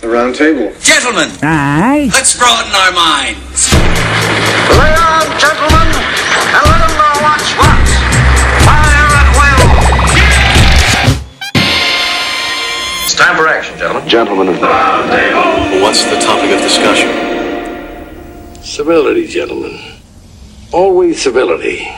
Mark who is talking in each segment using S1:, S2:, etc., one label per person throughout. S1: The round table.
S2: Gentlemen,
S3: Aye.
S2: let's broaden our minds.
S4: Lay on, gentlemen, and let 'em know what's what. Fire at will. It's time for action, gentlemen.
S5: Gentlemen of the.
S6: What's the topic of discussion?
S5: Civility, gentlemen. Always civility.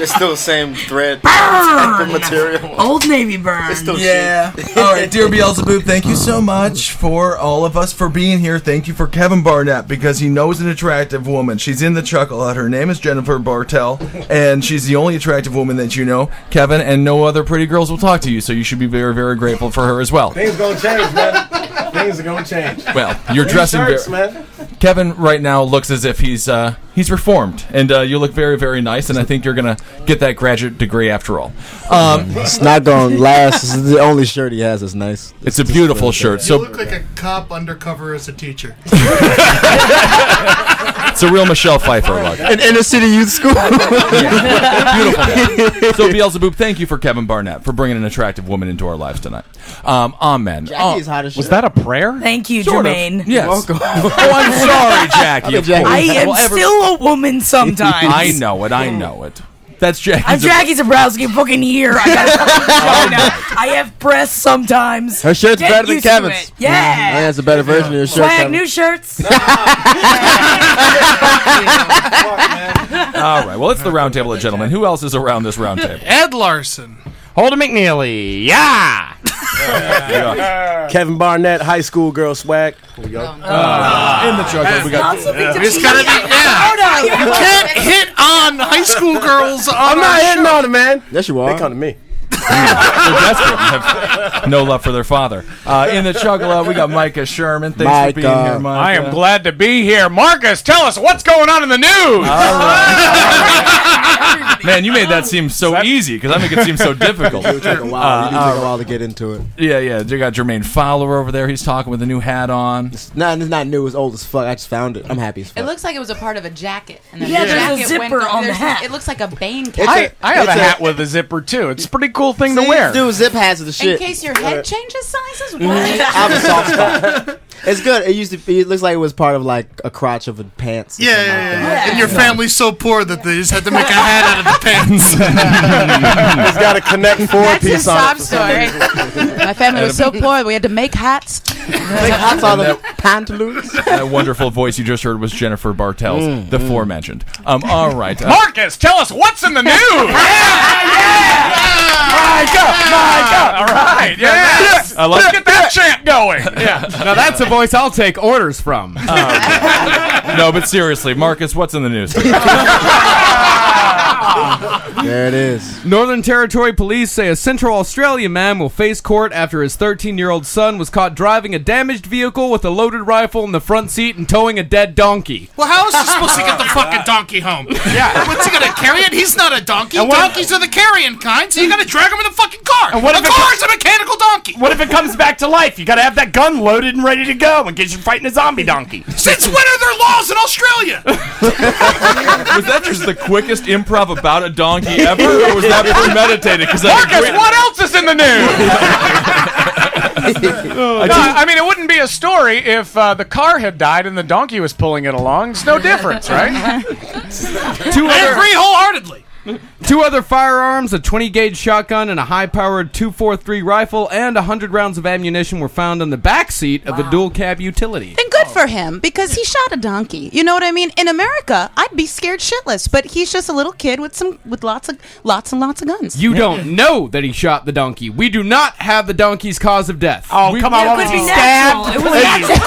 S7: It's still the same thread type of material.
S8: Old Navy burn.
S7: It's still
S9: Yeah. All right, dear Beelzebub, thank you so much for all of us for being here. Thank you for Kevin Barnett because he knows an attractive woman. She's in the chuckle out. Her name is Jennifer Bartell, and she's the only attractive woman that you know, Kevin, and no other pretty girls will talk to you. So you should be very, very grateful for her as well.
S10: Things gonna change, man. Things are gonna change.
S9: Well, you're dressing
S10: shirts,
S9: very.
S10: man.
S9: Kevin right now looks as if he's uh, he's reformed, and uh, you look very, very nice. And I think you're gonna get that graduate degree after all. Um,
S11: It's not gonna last. This is the only shirt he has is nice.
S9: it's a beautiful shirt.
S12: You
S9: So
S12: look like a cop undercover as a teacher.
S9: it's a real Michelle Pfeiffer look.
S11: An inner city youth school.
S9: Beautiful. so Beelzebub, thank you for Kevin Barnett for bringing an attractive woman into our lives tonight. Um, amen.
S11: Jackie's hot as shit.
S7: Was that a prayer?
S8: Thank you,
S9: Sort of.
S8: Jermaine.
S9: Yes. oh, I'm sorry, Jackie. of
S11: Jackie.
S9: course.
S8: I am
S9: Well, every-
S8: still a woman sometimes.
S9: I know it. I know it. That's Jackie's.
S8: I'm Jackie Zabrowski fucking here. I got a fucking vagina. I have breasts sometimes.
S11: Her shirt's
S8: Get
S11: better than
S8: used to
S11: Kevin's.
S8: it. Yeah.
S11: that's a better version of your shirt.
S8: Swag
S11: Kevin.
S8: new shirts.
S9: All right. Well, it's the round table of gentlemen. Who else is around this round table?
S12: Ed Larson.
S7: Hold Holden McNeely. Yeah.
S10: Kevin Barnett, high school girl swag.
S7: In the jungle, we got.
S12: It's gotta be. Yeah. You can't hit on high school girls. On
S10: I'm not
S12: our
S10: hitting on it, man.
S11: Yes, you are.
S10: They come to me.
S9: They're desperate. and have no love for their father. Uh, in the chuggler, we got Micah Sherman. Thanks for being
S11: Micah.
S9: here, Micah.
S7: I am glad to be here. Marcus, tell us what's going on in the news.
S9: Man, you made that seem so easy because I make it seem so difficult. Uh,
S11: Take a while. You do take a while to get into it.
S9: Yeah, yeah. You got Jermaine Fowler over there. He's talking with a new hat on.
S11: It's not, it's not new. It's old as fuck. I just found it. I'm happy as fuck.
S13: It looks like it was a part of a jacket. And then
S8: Yeah,
S13: the
S8: there's a
S13: jacket went
S8: zipper
S13: go-
S8: on the
S13: there's-
S8: hat.
S13: It looks like a Bane
S11: It's
S13: cap.
S7: I, I have a
S11: It's a-
S7: hat with a zipper too. It's a pretty cool thing to
S11: These
S7: wear.
S11: dudes zip hats of the
S13: In
S11: shit. Mm-hmm.
S13: case your head changes sizes, what?
S11: I have a soft spot. It's good. It used to. Be, it looks like it was part of like a crotch of a pants. or
S12: Yeah, yeah,
S11: something
S12: yeah,
S11: like
S12: yeah.
S11: that.
S12: And your family's so poor that they just had to make a hat out of the pants.
S10: It's got a connect four
S13: That's his
S10: piece on
S13: sob
S10: it.
S13: story. My family was so poor, we had to make hats.
S11: Big hats out of pantaloons.
S9: That wonderful voice you just heard was Jennifer Bartels,
S11: Mm,
S9: the aforementioned. Um, all right. Uh,
S7: Marcus, tell us what's in the news. All right. Yes.
S9: I love
S7: Let's get that chant going. Yeah.
S6: Now that's a voice I'll take orders from.
S9: Um, no, but seriously, Marcus, what's in the news?
S11: There it is.
S6: Northern Territory police say a Central Australian man will face court after his 13 year old son was caught driving a damaged vehicle with a loaded rifle in the front seat and towing a dead donkey.
S12: Well, how is he supposed to get the fucking donkey home? Yeah. What's he gonna carry it? He's not a donkey. Donkeys are the carrying kind, so you gotta drag him in the fucking car.
S7: And what
S12: a
S7: if it-
S12: car is a mechanical donkey.
S7: What if it comes back to life? You gotta have that gun loaded and ready to go in case you're fighting a zombie donkey.
S12: Since when are there laws in Australia?
S9: was that just the quickest improv about a donkey ever, or was that premeditated? Because
S7: Marcus, what else is in the news? No, I mean, it wouldn't be a story if uh, the car had died and the donkey was pulling it along. It's no difference, right?
S6: Two
S12: I
S6: other,
S12: agree wholeheartedly.
S6: two other firearms, a 20 gauge shotgun, and a high powered 243 rifle, and 100 rounds of ammunition were found on the back seat of a dual cab utility.
S13: And good for him because he shot a donkey. You know what I mean? In America, I'd be scared shitless, but he's just a little kid with some with lots of lots and lots of guns.
S6: You don't know that he shot the donkey. We do not have the donkey's cause of death.
S7: Oh,
S6: We-
S7: come on.
S8: It
S7: what
S8: would
S7: was
S8: be
S7: he,
S8: natural.
S7: stabbed?
S8: It was natural.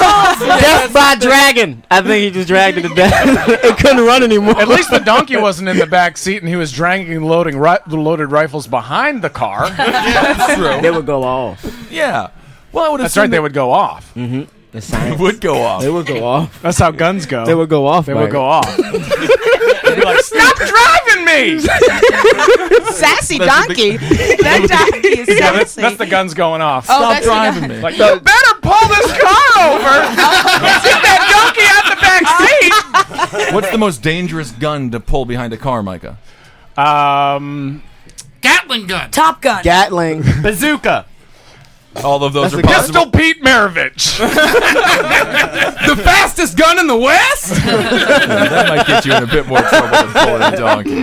S11: Death by dragon. I think he just dragged it to death. it couldn't run anymore.
S7: At least the donkey wasn't in the back seat and he was dragging and loading ri- the loaded rifles behind the car.
S9: That's true.
S11: they would go off. Mm-hmm.
S9: Yeah. Well, I would
S7: That's right, they would go off.
S11: The science.
S9: would go off.
S11: They would go off.
S7: That's how guns go.
S11: They would go off.
S7: They would go off. They'd be like, stop driving me!
S13: sassy donkey. that donkey is
S7: Yeah, that's,
S13: sassy.
S7: that's the guns going off.
S13: Oh, that's the gun.
S9: me.
S7: Like, you better pull this car over and sit that donkey out the back seat.
S9: What's the most dangerous gun to pull behind a car, Micah?
S7: Um,
S12: Gatling gun.
S14: Top Gun.
S11: Gatling.
S7: Bazooka.
S6: All of those
S7: That's
S6: are
S7: a good-
S6: possible.
S7: Pistol Pete Maravich.
S6: the fastest gun in the West.
S9: that might get you in a bit more trouble than Florida donkey.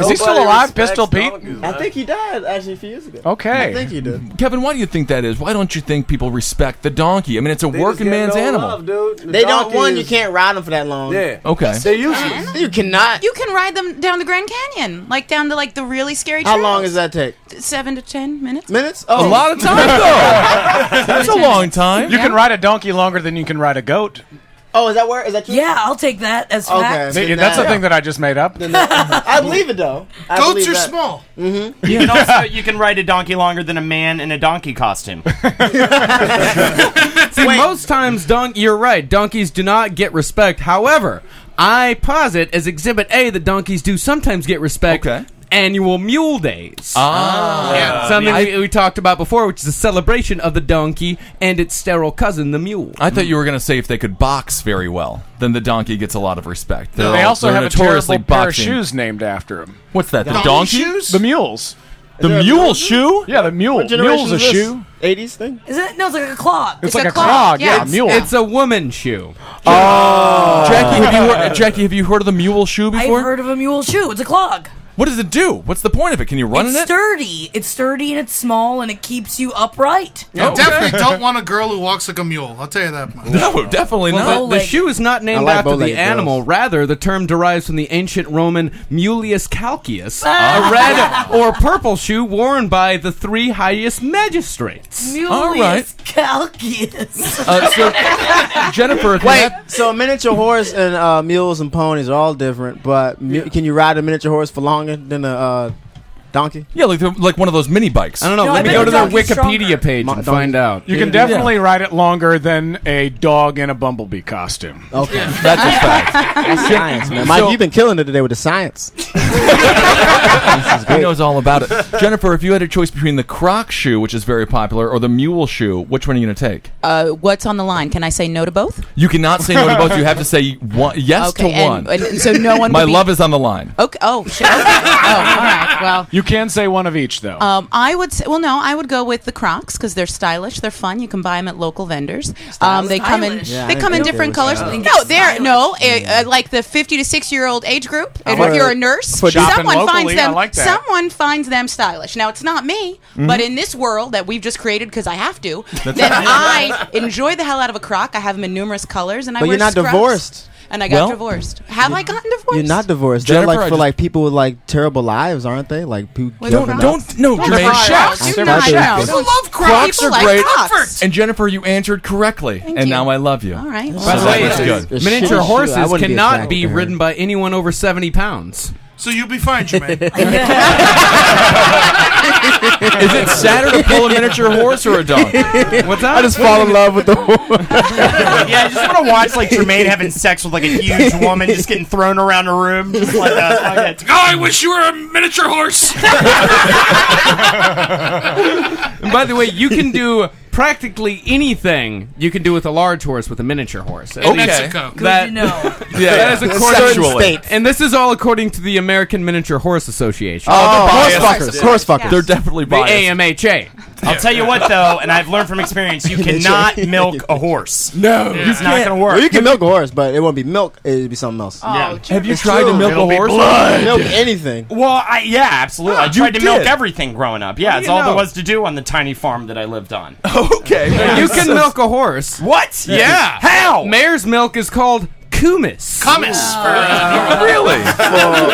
S7: Is he still alive, Pistol Pete?
S11: I think he died actually a few years ago. I think he did.
S9: Kevin, why do you think that is? Why don't you think people respect the donkey? I mean, it's a working man's animal.
S11: they don't. One, you can't ride them for that long. Yeah.
S9: Okay.
S11: They usually. You cannot.
S13: You can ride them down the Grand Canyon, like down to like the really scary.
S11: How
S13: trails.
S11: long does that take?
S13: Seven to ten minutes.
S11: Minutes?
S13: Oh. A
S11: Oh.
S13: lot of
S11: time,
S13: though.
S11: That's a long
S13: time.
S7: You can
S13: Yeah.
S7: ride a donkey longer than you can ride a goat.
S11: Oh, is that where? Is that true?
S14: Yeah, I'll take that as
S11: Okay,
S14: fact.
S11: so
S7: Th- That's
S11: now-
S7: the thing that I just made up.
S11: I believe it though. I
S12: Goats
S11: believe
S12: are
S11: that.
S12: small.
S11: Mm-hmm.
S15: You can also you can ride a donkey longer than a man in a donkey costume.
S6: See, most times, donk, you're right. Donkeys do not get respect. However, I posit as Exhibit A that donkeys do sometimes get respect. Annual Mule Days.
S9: Ah. Yeah.
S6: something
S9: I-
S6: we, we talked about before, which is a celebration of the donkey and its sterile cousin, the mule.
S9: I thought you were going to say if they could box very well, then the donkey gets a lot of respect. They're,
S7: they also
S9: they're
S7: have a
S9: notoriously
S7: terrible pair of
S9: boxing.
S7: shoes named after him.
S9: What's that? The
S7: Donkey
S9: donkey?
S7: shoes? The mules.
S9: The
S7: there a
S9: mule
S7: donkey?
S9: shoe?
S7: Yeah, the mule. Mule's a shoe.
S11: Eighties thing.
S14: Is it? No, it's like a clog.
S7: It's It's like a a clog, clog, yeah, yeah, a
S6: it's,
S7: mule.
S6: It's a woman's shoe.
S9: Oh. Jackie,
S7: Uh,
S9: have you heard, Jackie, have you heard of the mule shoe
S14: I've
S9: before?
S14: heard of a mule shoe. It's a clog.
S9: What does it do? What's the point of it? Can you run
S14: it's
S9: in it?
S14: sturdy. It's sturdy and it's small and it keeps you upright.
S12: You definitely don't want a girl who walks like a mule. I'll tell you that much.
S9: No, definitely
S6: Well,
S9: not.
S6: The, the shoe is not named
S9: I like
S6: after the
S9: bow-legged girls.
S6: animal. Rather, the term derives from the ancient Roman Mulius Calcius,
S9: Ah.
S6: a red or purple shoe worn by the three highest magistrates.
S14: Mulius
S6: All right.
S14: calcius.
S6: Uh, so- Jennifer, can
S11: Wait. So a miniature horse and uh, mules and ponies are all different, but mu- can you ride a miniature horse for longer than a uh, donkey?
S9: Yeah, like the, like one of those mini bikes.
S6: I don't know.
S11: No, I
S6: Let me
S11: bet
S6: go
S11: the
S6: to their
S11: donkey's
S6: Wikipedia page and find out.
S7: You can definitely ride it longer than a dog in a bumblebee costume.
S11: Okay,
S7: that's
S11: a fact. That's science, man. Mike,
S7: So-
S11: you've been killing it today with the science.
S9: He knows all about it. Jennifer, if you had a choice between the croc shoe, which is very popular, or the mule shoe, which one are you going to take?
S13: Uh, what's on the line? Can I say no to both?
S9: You cannot say no to both. You have to say one, yes
S13: Okay,
S9: to
S13: and-
S9: one.
S13: and so no one
S9: My
S13: would be-
S9: love is on the line.
S13: Okay. Oh shit. Okay. Oh, all right. Well,
S7: You can say one of each though.
S13: Um, I would say, well, no, I would go with the Crocs because they're stylish, they're fun. You can buy them at local vendors. Um, they come in,
S14: Stylish. Yeah,
S13: they
S14: I
S13: come
S14: think
S13: in
S14: they
S13: different
S14: were
S13: colors.
S14: stylish.
S13: No, they're no, uh, uh, like the fifty to six year old age group. And
S14: For-
S13: if you're a nurse,
S14: for shopping
S13: someone finds
S14: locally,
S13: them.
S14: I like that.
S13: Someone finds them stylish. Now it's not me,
S14: Mhm.
S13: but in this world that we've just created because I have to,
S11: Mm-hmm. That's
S13: then
S11: right.
S13: I enjoy the hell out of a Croc. I have them in numerous colors, and I
S11: But
S13: wear
S11: you're not
S13: scrubs.
S11: divorced.
S13: And I got
S11: Well,
S13: divorced. Have I gotten divorced?
S11: You're not divorced.
S9: Jennifer,
S11: They're
S9: I
S11: like for
S9: just-
S11: like people with like terrible lives, aren't they? Like who
S13: Wait,
S11: give
S13: don't-
S11: up.
S13: don't- no, Don't Jermaine.
S9: Crocs.
S13: Crocs.
S11: I
S13: Do not
S11: thought they
S13: shout.
S11: were-
S13: Don't- Love Crocs.
S9: Crocs are
S13: People
S9: great.
S13: like Crocs.
S9: And Jennifer, you answered correctly, and now I love you.
S13: All right.
S9: So
S6: By the
S9: that
S6: way,
S9: was good.
S6: miniature horses cannot be ridden by anyone over 70 pounds.
S12: So you'll be fine, Jermaine.
S9: Is it sadder to pull a miniature horse or a donkey?
S6: What's that?
S9: I just fall in love with the
S15: yeah, I just want to watch like Jermaine having sex with like a huge woman, just getting thrown around a room, just like a,
S12: oh, I wish you were a miniature horse.
S6: And by the way, you can do practically anything you can do with a large horse with a miniature horse. At
S12: In
S6: least
S12: Mexico. Good
S6: That,
S12: to know.
S9: Yeah,
S6: that is
S9: yeah.
S6: according
S9: Certain states.
S6: And this is all according to the American Miniature Horse Association.
S15: Oh, Oh, they're horse biased. fuckers, horse fuckers.
S9: They're definitely
S6: The
S15: biased.
S6: AMHA.
S15: I'll tell you what though, and I've learned from experience, you cannot milk a horse.
S11: No,
S15: it's not gonna work.
S11: Well, you can milk a horse, but it won't be milk. It'll be something else.
S6: Oh,
S15: Yeah.
S11: Have
S9: you tried to milk a horse? Ah,
S11: Milk anything?
S15: Well, I, yeah, absolutely. I
S11: You
S15: tried to milk
S11: did.
S15: everything growing up.
S11: What
S15: Yeah,
S11: do
S15: it's
S11: you
S15: all there
S11: know?
S15: was to do on the tiny farm that I lived on.
S9: Okay.
S6: you can milk a horse.
S15: What?
S6: Yeah.
S15: How?
S6: Mare's milk is called kumis.
S12: Cumis.
S15: Oh.
S9: really?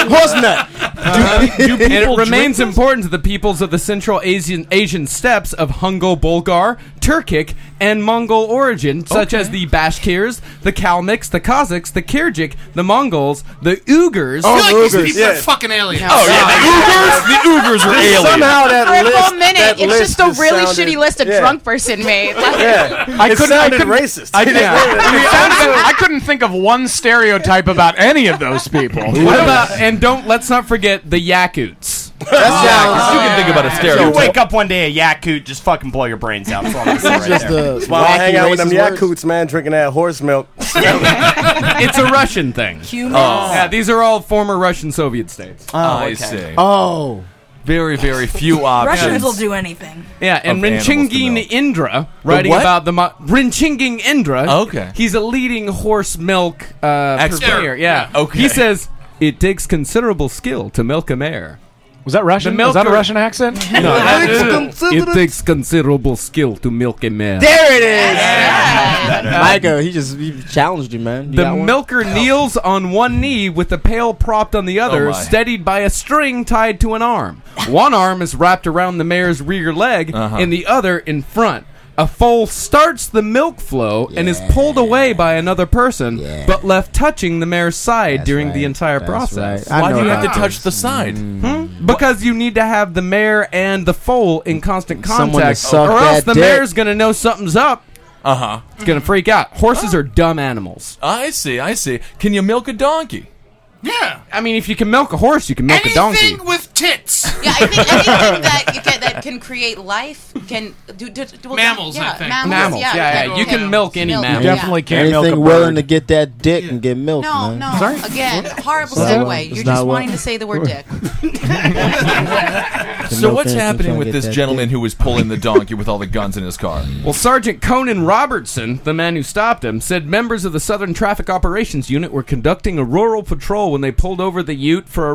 S11: horse nut.
S6: do and
S9: people
S6: it
S9: drink
S6: remains
S9: this?
S6: important to the peoples of the Central Asian Asian steppes of Hungo Bulgar, Turkic, and Mongol origin, such as the Bashkirs, the Kalmyks, the Kazakhs, the Kyrgyz, the Mongols, the Uyghurs.
S12: I feel like these people are fucking aliens.
S6: Oh,
S9: yeah, the Uyghurs, the Uyghurs are aliens.
S11: Somehow that
S13: For a
S11: list-
S13: full minute,
S11: that
S13: it's
S11: list
S13: just a
S11: just
S13: really
S11: sounded-
S13: shitty list a
S11: yeah.
S13: drunk person made.
S7: I
S11: It
S7: couldn't,
S11: sounded
S7: I couldn't,
S11: racist.
S7: I, didn't-
S11: Yeah.
S7: it sounded- I couldn't think of one stereotype about any of those people.
S6: What about and don't let's not forget the Yakuts. That's
S15: You can
S9: think about a
S15: Oh, You wake up one day a Yakut, just fucking blow your brains out. That's all I'm saying right
S10: Just
S15: there.
S10: While I hang out with them Yakuts, man, drinking that horse milk.
S6: It's a Russian thing. Oh.
S10: Humans.
S6: Yeah, these are all former Russian Soviet states.
S10: Oh, I okay. see.
S11: Oh.
S9: very, very few options.
S14: Russians will do anything.
S6: Yeah, and
S9: Of animals to
S6: Rinchingin Indra
S9: The
S6: writing
S9: what?
S6: about the mo- Rinchingin Indra.
S9: Okay.
S6: he's a leading horse milk uh,
S9: Expert.
S6: purveyor. Yeah.
S9: Yeah. Okay.
S6: He says it takes considerable skill to milk a mare.
S7: Was that Russian? Was that a Russian accent?
S6: No, that-
S7: It takes
S6: it
S7: considerable-
S6: takes considerable skill to milk a mare.
S11: There it is. Micah, he just he challenged you, man. You
S6: Uh, The
S11: got one?
S6: milker kneels on one knee with the pail propped on the other,
S11: Oh my.
S6: steadied by a string tied to an arm. One arm is wrapped around the mare's rear leg, and the other in front. A foal starts the milk flow and is pulled away by another person, but left touching the mare's side during the entire process. Hmm?
S9: Why do you have to touch the side?
S6: Because you need to have the mare and the foal in constant
S9: Someone to
S6: contact,
S9: suck
S6: or else
S9: that
S6: the
S9: dick.
S6: mare's gonna know something's up.
S9: Uh huh.
S6: It's gonna freak out. Horses are dumb animals.
S9: I see. I see. Can you milk a donkey?
S12: Yeah.
S6: I mean, if you can milk a horse, you can milk a donkey.
S12: Anything with tits.
S13: Yeah, I think anything that you can, that can create life can do, do, do well,
S12: Mammals,
S13: Yeah,
S12: I think.
S13: Mammals,
S6: Mammals,
S13: yeah,
S6: yeah, yeah. You can milk any mammal.
S11: Yeah.
S6: Definitely
S9: can't milk
S11: Anything
S9: a
S11: willing to get that dick and get milk,
S13: No,
S11: man.
S13: no. Again, horrible
S11: It's not
S13: segue.
S11: what-
S13: You're
S11: it's
S13: just
S11: not what-
S13: wanting to say the word dick.
S9: So
S6: milk
S9: what's
S6: it, I'm
S9: happening
S6: trying to
S9: with
S6: get
S9: this
S6: that
S9: gentleman who was pulling the donkey with all the guns in his car?
S6: Well, Sergeant Conan Robertson, the man who stopped him, said members of the Southern Traffic Operations Unit were conducting a rural patrol when they pulled over the Ute for a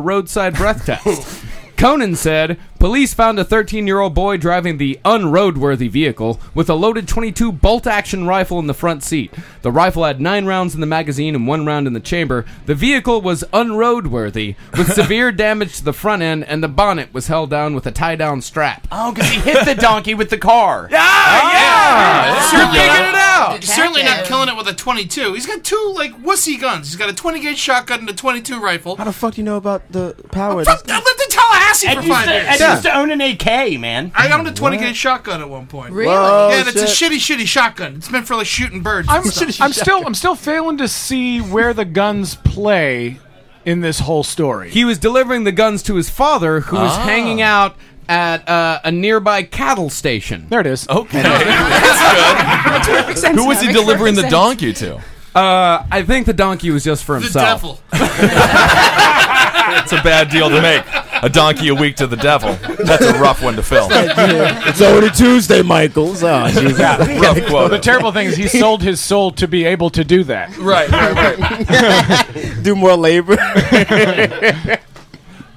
S6: roadside breath test. Conan said, "Police found a 13-year-old boy driving the unroadworthy vehicle with a loaded 22 bolt-action rifle in the front seat. The rifle had 9 rounds in the magazine and 1 round in the chamber. The vehicle was unroadworthy with severe damage to the front end and the bonnet was held down with a tie-down strap."
S15: Oh, because he
S6: hit the donkey with the car.
S11: Ah.
S12: certainly
S6: figured it out.
S12: Certainly not killing it with a 22. He's got two like wussy guns. He's got a 20 gauge shotgun and a 22 rifle.
S11: How the fuck do you know about the power?
S12: Fuck, I lived in Tallahassee
S15: Ed
S12: for five
S15: used, to,
S12: years.
S15: Ed used to own an AK, man.
S12: I owned a 20 gauge shotgun at one point.
S15: Really? Whoa,
S12: yeah, and it's a
S15: shit.
S12: shitty, shitty shotgun. It's meant for like shooting birds.
S7: I'm,
S12: and stuff.
S7: I'm still I'm still failing to see where the guns play in this whole story.
S6: He was delivering the guns to his father, who was
S7: Ah.
S6: hanging out at uh, a nearby cattle station.
S7: There it is.
S9: Okay.
S6: That's perfect sense
S9: Who was
S6: now.
S9: he
S6: Makes
S9: delivering the
S6: perfect
S9: donkey to?
S6: Uh, I think the donkey was just for himself.
S9: It's a bad deal to make. A donkey a week to the devil. That's a rough one to fill.
S11: it's only Tuesday, Michaels. Oh, Jesus.
S9: Rough
S7: Well,
S9: quote.
S7: the terrible thing is he sold his soul to be able to do that.
S9: Right, right,
S11: right. Do more labor.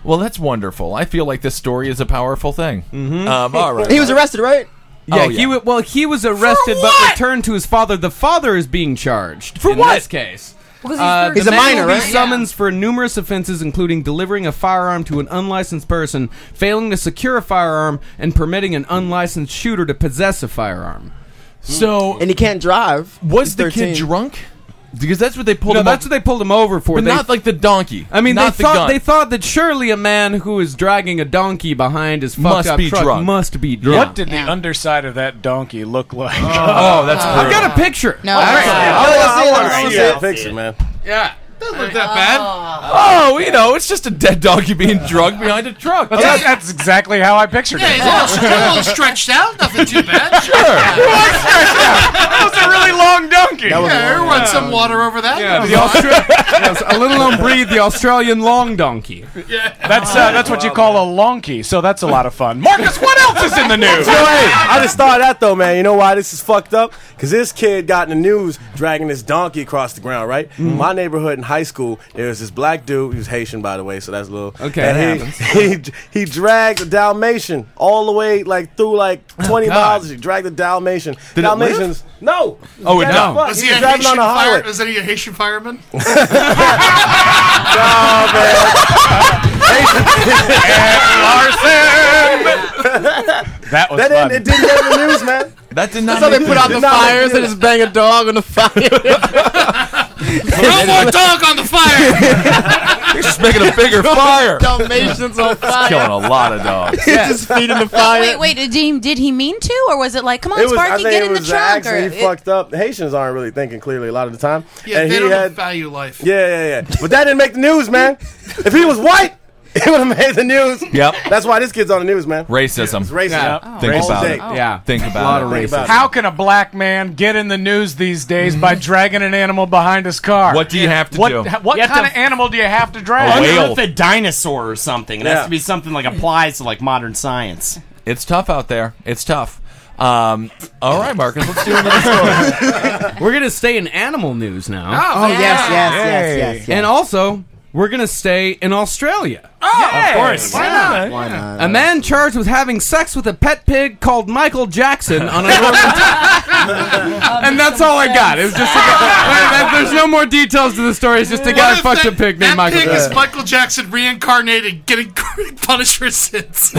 S9: Well, that's wonderful. I feel like this story is a powerful thing. Mm-hmm. Um, all right.
S11: He was arrested, right?
S6: Yeah,
S9: Oh,
S6: he wa- well, he was arrested but returned to his father. The father is being charged for in
S9: what?
S6: this case.
S9: Because he's
S6: Uh,
S9: first- He's
S6: the
S9: a
S6: man
S9: minor,
S6: will be
S9: right?
S6: Summons for numerous offenses, including delivering a firearm to an unlicensed person, failing to secure a firearm, and permitting an unlicensed shooter to possess a firearm.
S9: So,
S11: and he can't drive.
S9: Was the kid drunk? Because that's what they pulled
S6: No,
S9: him.
S6: that's
S9: up-
S6: what they pulled him over for.
S9: But
S6: They-
S9: not like the donkey.
S6: I mean, they
S9: not the
S6: thought
S9: gun.
S6: they thought that surely a man who is dragging a donkey behind his fucked
S7: Must
S6: up
S7: be
S6: truck
S7: drunk.
S6: must be drunk.
S7: What did the underside of that donkey look like?
S6: Oh, that's I've brutal. got a picture. No, I don't
S7: I
S2: Oh,
S6: see it.
S7: wanna- Oh, I
S6: I
S7: wanna
S6: don't
S7: see
S6: see
S7: that
S6: it.
S7: picture, man.
S6: Yeah.
S12: Doesn't look that bad.
S9: Oh, you know, it's just a dead donkey being drugged behind a truck.
S7: That's, that's exactly how I pictured
S12: Yeah,
S7: it.
S12: he's a little, he's a little stretched out. Nothing too bad. sure.
S7: That was a really long donkey.
S12: Yeah, everyone
S6: yeah.
S12: some water over that.
S6: Yeah, the Austra- yes, a little on breed, the Australian long donkey.
S7: That's uh, that's what you call a lonky. So that's a lot of fun. Marcus, what else is in the news?
S10: Yo, hey, I just thought of that though, man. You know why this is fucked up? Because this kid got in the news dragging this donkey across the ground, right?
S9: Mm-hmm.
S10: My neighborhood in high school, there was this black dude. He was Haitian, by the way, so that's a little.
S6: Okay,
S10: and
S6: that
S10: he, he he dragged a Dalmatian all the way like through like twenty miles. He dragged the Dalmatian.
S9: Oh, Did it live?
S10: Dalmatians? No.
S9: Oh, it
S10: Dead
S9: don't.
S10: as fuck.
S12: Was
S10: He
S12: he a
S10: was driving on
S12: Haitian
S10: a
S12: fire?
S10: highway.
S12: Was he a Haitian fireman?
S7: That was
S10: that
S7: fun.
S10: didn't, it didn't get in the news, man.
S9: That did
S10: That's how they put out the fires and
S11: just bang a dog on the fire.
S12: no more dog on the fire.
S9: just making a bigger fire.
S11: Dalmatians on
S9: It's killing a lot of dogs.
S11: Just feeding the fire.
S13: Wait, wait. Did he, did he mean to, or was it like, come on,
S10: It was, I
S13: Sparky,
S10: think
S13: get
S10: it
S13: in the
S10: was an
S13: trunk? Or,
S10: accident. He fucked up. The Haitians aren't really thinking clearly a lot of the time.
S12: Yeah,
S10: and
S12: they
S10: he
S12: don't
S10: had
S12: value life.
S10: Yeah, yeah, yeah. But that didn't make the news, man. if he was white, It would have made the news.
S9: Yep.
S10: That's why this kid's on the news, man.
S9: Racism.
S10: It's racism.
S9: Yeah. Think
S10: All
S9: about
S10: day.
S9: it. Yeah. Think about it.
S10: Think about
S7: How can a black man get in the news these days by dragging an animal behind his car?
S9: Mm-hmm. What do you have to
S7: What-
S9: do?
S7: What
S15: You have
S7: kind
S15: to-
S7: of animal do you have to
S15: An
S7: drag?
S15: Unearthed dinosaur or something. It
S9: Yeah.
S15: has to be something like applies to like modern science.
S9: It's tough out there. It's tough. Um, all right, Marcus, let's do another story.
S6: We're gonna stay in animal news now.
S11: Oh, Oh, yes, yeah. yes, yes,
S6: Yay.
S11: yes, yes.
S6: And also, we're gonna stay in Australia.
S11: Of
S6: course.
S11: Why not? Why not?
S6: A man charged with having sex with a pet pig called Michael Jackson on a northern. and that's all I got. It was just. A, that- there's no more details to the story. It's just a guy
S12: What if
S6: fucked
S12: that-
S6: a pig named
S12: That
S6: Michael.
S12: pig is Michael Jackson reincarnated, getting punished for sins.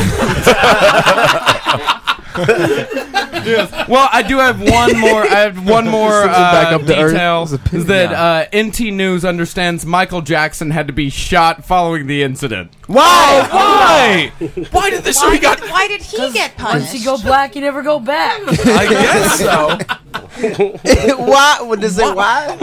S6: Well, I do have one more. I have one more
S11: Sends it back
S6: uh,
S11: up to
S6: detail
S11: Earth. It's a pig,
S6: is that
S11: yeah.
S6: uh, NT News understands Michael Jackson had to be shot following the incident.
S9: Why? Why? Why did this?
S14: so he got-
S13: Why did he get
S14: Once
S13: punished?
S14: you go black, you never go back.
S9: I guess so.
S11: why? What does it? Why?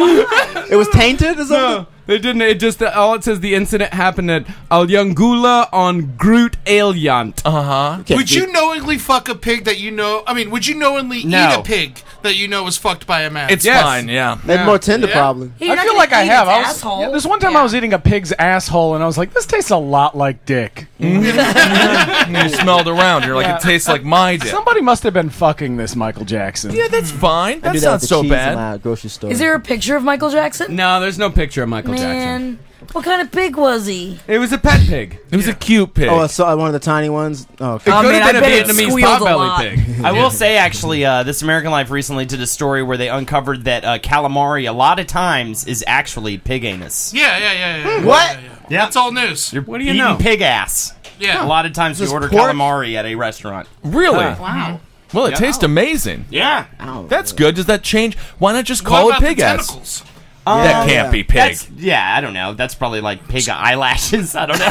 S11: It was tainted or something?
S6: It didn't. It just all it says the incident happened at Alyangula on Groot Aliant.
S11: Uh-huh.
S6: Uh huh.
S12: would you knowingly fuck a pig that you know? I mean, would you knowingly eat
S6: No.
S12: a pig that you know was fucked by a man?
S9: It's fine. Yeah.
S11: Made more tender, probably.
S7: I feel like I have. I was,
S14: asshole.
S7: yeah, this one time I was eating a pig's asshole, and I was like, "This tastes a lot like dick."
S9: And you smelled around. You're like,
S7: Yeah.
S9: Mm-hmm. it tastes like my dick.
S7: Somebody must have been fucking this Michael Jackson.
S9: Yeah, that's fine.
S11: I do
S9: That's
S11: that
S9: not
S11: with the
S9: so
S11: cheese
S9: bad.
S11: In my grocery store.
S14: Is there a picture of Michael Jackson?
S6: No, there's no picture of Michael Jackson.
S14: Man, what kind of pig was he?
S6: It was a pet pig. It was a cute pig.
S11: Oh, I saw one of the tiny ones. Oh, okay.
S6: It
S14: I
S6: could
S14: mean,
S6: have been
S14: I bet
S6: a
S14: it
S6: Vietnamese
S14: squealed a
S6: potbelly
S14: lot.
S6: pig.
S15: I will say, actually, uh, this American Life recently did a story where they uncovered that uh, calamari a lot of times is actually pig anus.
S12: Yeah, yeah, yeah, yeah. yeah.
S15: What?
S12: Yeah, yeah. It's all news.
S6: what
S15: Eating pig ass.
S12: Yeah.
S15: A lot of times we order
S9: pork? Hmm.
S15: calamari at a restaurant.
S9: Really? Mm-hmm.
S13: Wow.
S9: Well, it
S15: Yeah.
S9: tastes amazing.
S15: Yeah.
S6: Oh.
S9: That's good. Does that change? Why not just call
S12: what
S9: it
S12: about
S9: pig
S12: the
S9: ass?
S12: tentacles?
S6: Oh,
S9: that can't be pig.
S15: Um, That's- yeah, I don't know. That's probably like pig eyelashes. I don't know.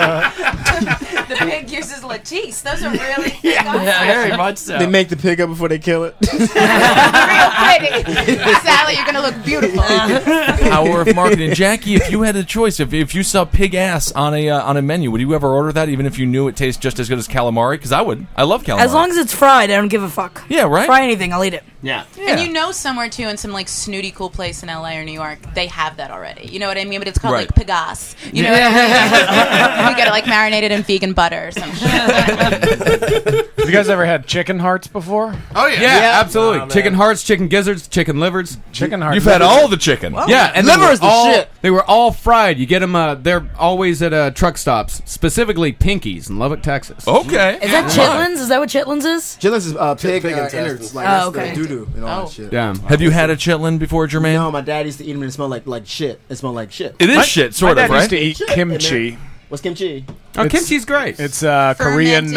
S13: The pig uses Latisse. Those are really
S15: very much so.
S11: They make the pig up before they kill it.
S13: real pretty. Sally, you're gonna look beautiful.
S9: Power of marketing, Jackie. If you had a choice, if, if you saw pig ass on a uh, on a menu, would you ever order that, even if you knew it tastes just as good as calamari? Because I would. I love calamari.
S14: As long as it's fried, I don't give a fuck.
S9: yeah, right.
S14: Fry anything, I'll eat it.
S15: yeah.
S13: And you know somewhere too, in some like snooty cool place in LA or New York, they have that already. You know what I mean? But it's called
S9: Right.
S13: like Pegas. You know what I mean? you get it like marinated in vegan butter or some shit.
S7: Have you guys ever had chicken hearts before?
S12: Oh yeah.
S6: Yeah,
S11: Yeah.
S6: absolutely.
S10: Nah, man.
S6: chicken hearts, chicken gizzards, chicken livers.
S7: Chicken hearts.
S9: You've had all the chicken.
S6: Yeah, and
S11: Liver
S6: they were
S11: is the
S6: all,
S11: shit.
S6: They were all fried. You get them. Uh, they're always at uh, truck stops, specifically Pinkies in Lubbock, Texas.
S9: Okay.
S14: Is that chitlins? Is that what chitlins is?
S11: Chitlins is uh, pig,
S10: pig
S11: uh,
S10: intestines.
S11: innards, like
S14: Oh,
S11: that's
S14: okay.
S11: the doo-doo and all
S13: Oh.
S11: that shit.
S6: Yeah.
S9: Have you had a chitlin before, Jermaine?
S11: No, my dad used to eat them and it smelled like like shit. It smelled like shit.
S9: It is
S7: My-
S9: shit,
S7: My
S9: sort
S7: dad
S9: of, right?
S7: used to eat kimchi.
S11: What's kimchi?
S6: Oh,
S7: It's-
S6: kimchi's great.
S7: It's uh, Korean
S13: Fermented,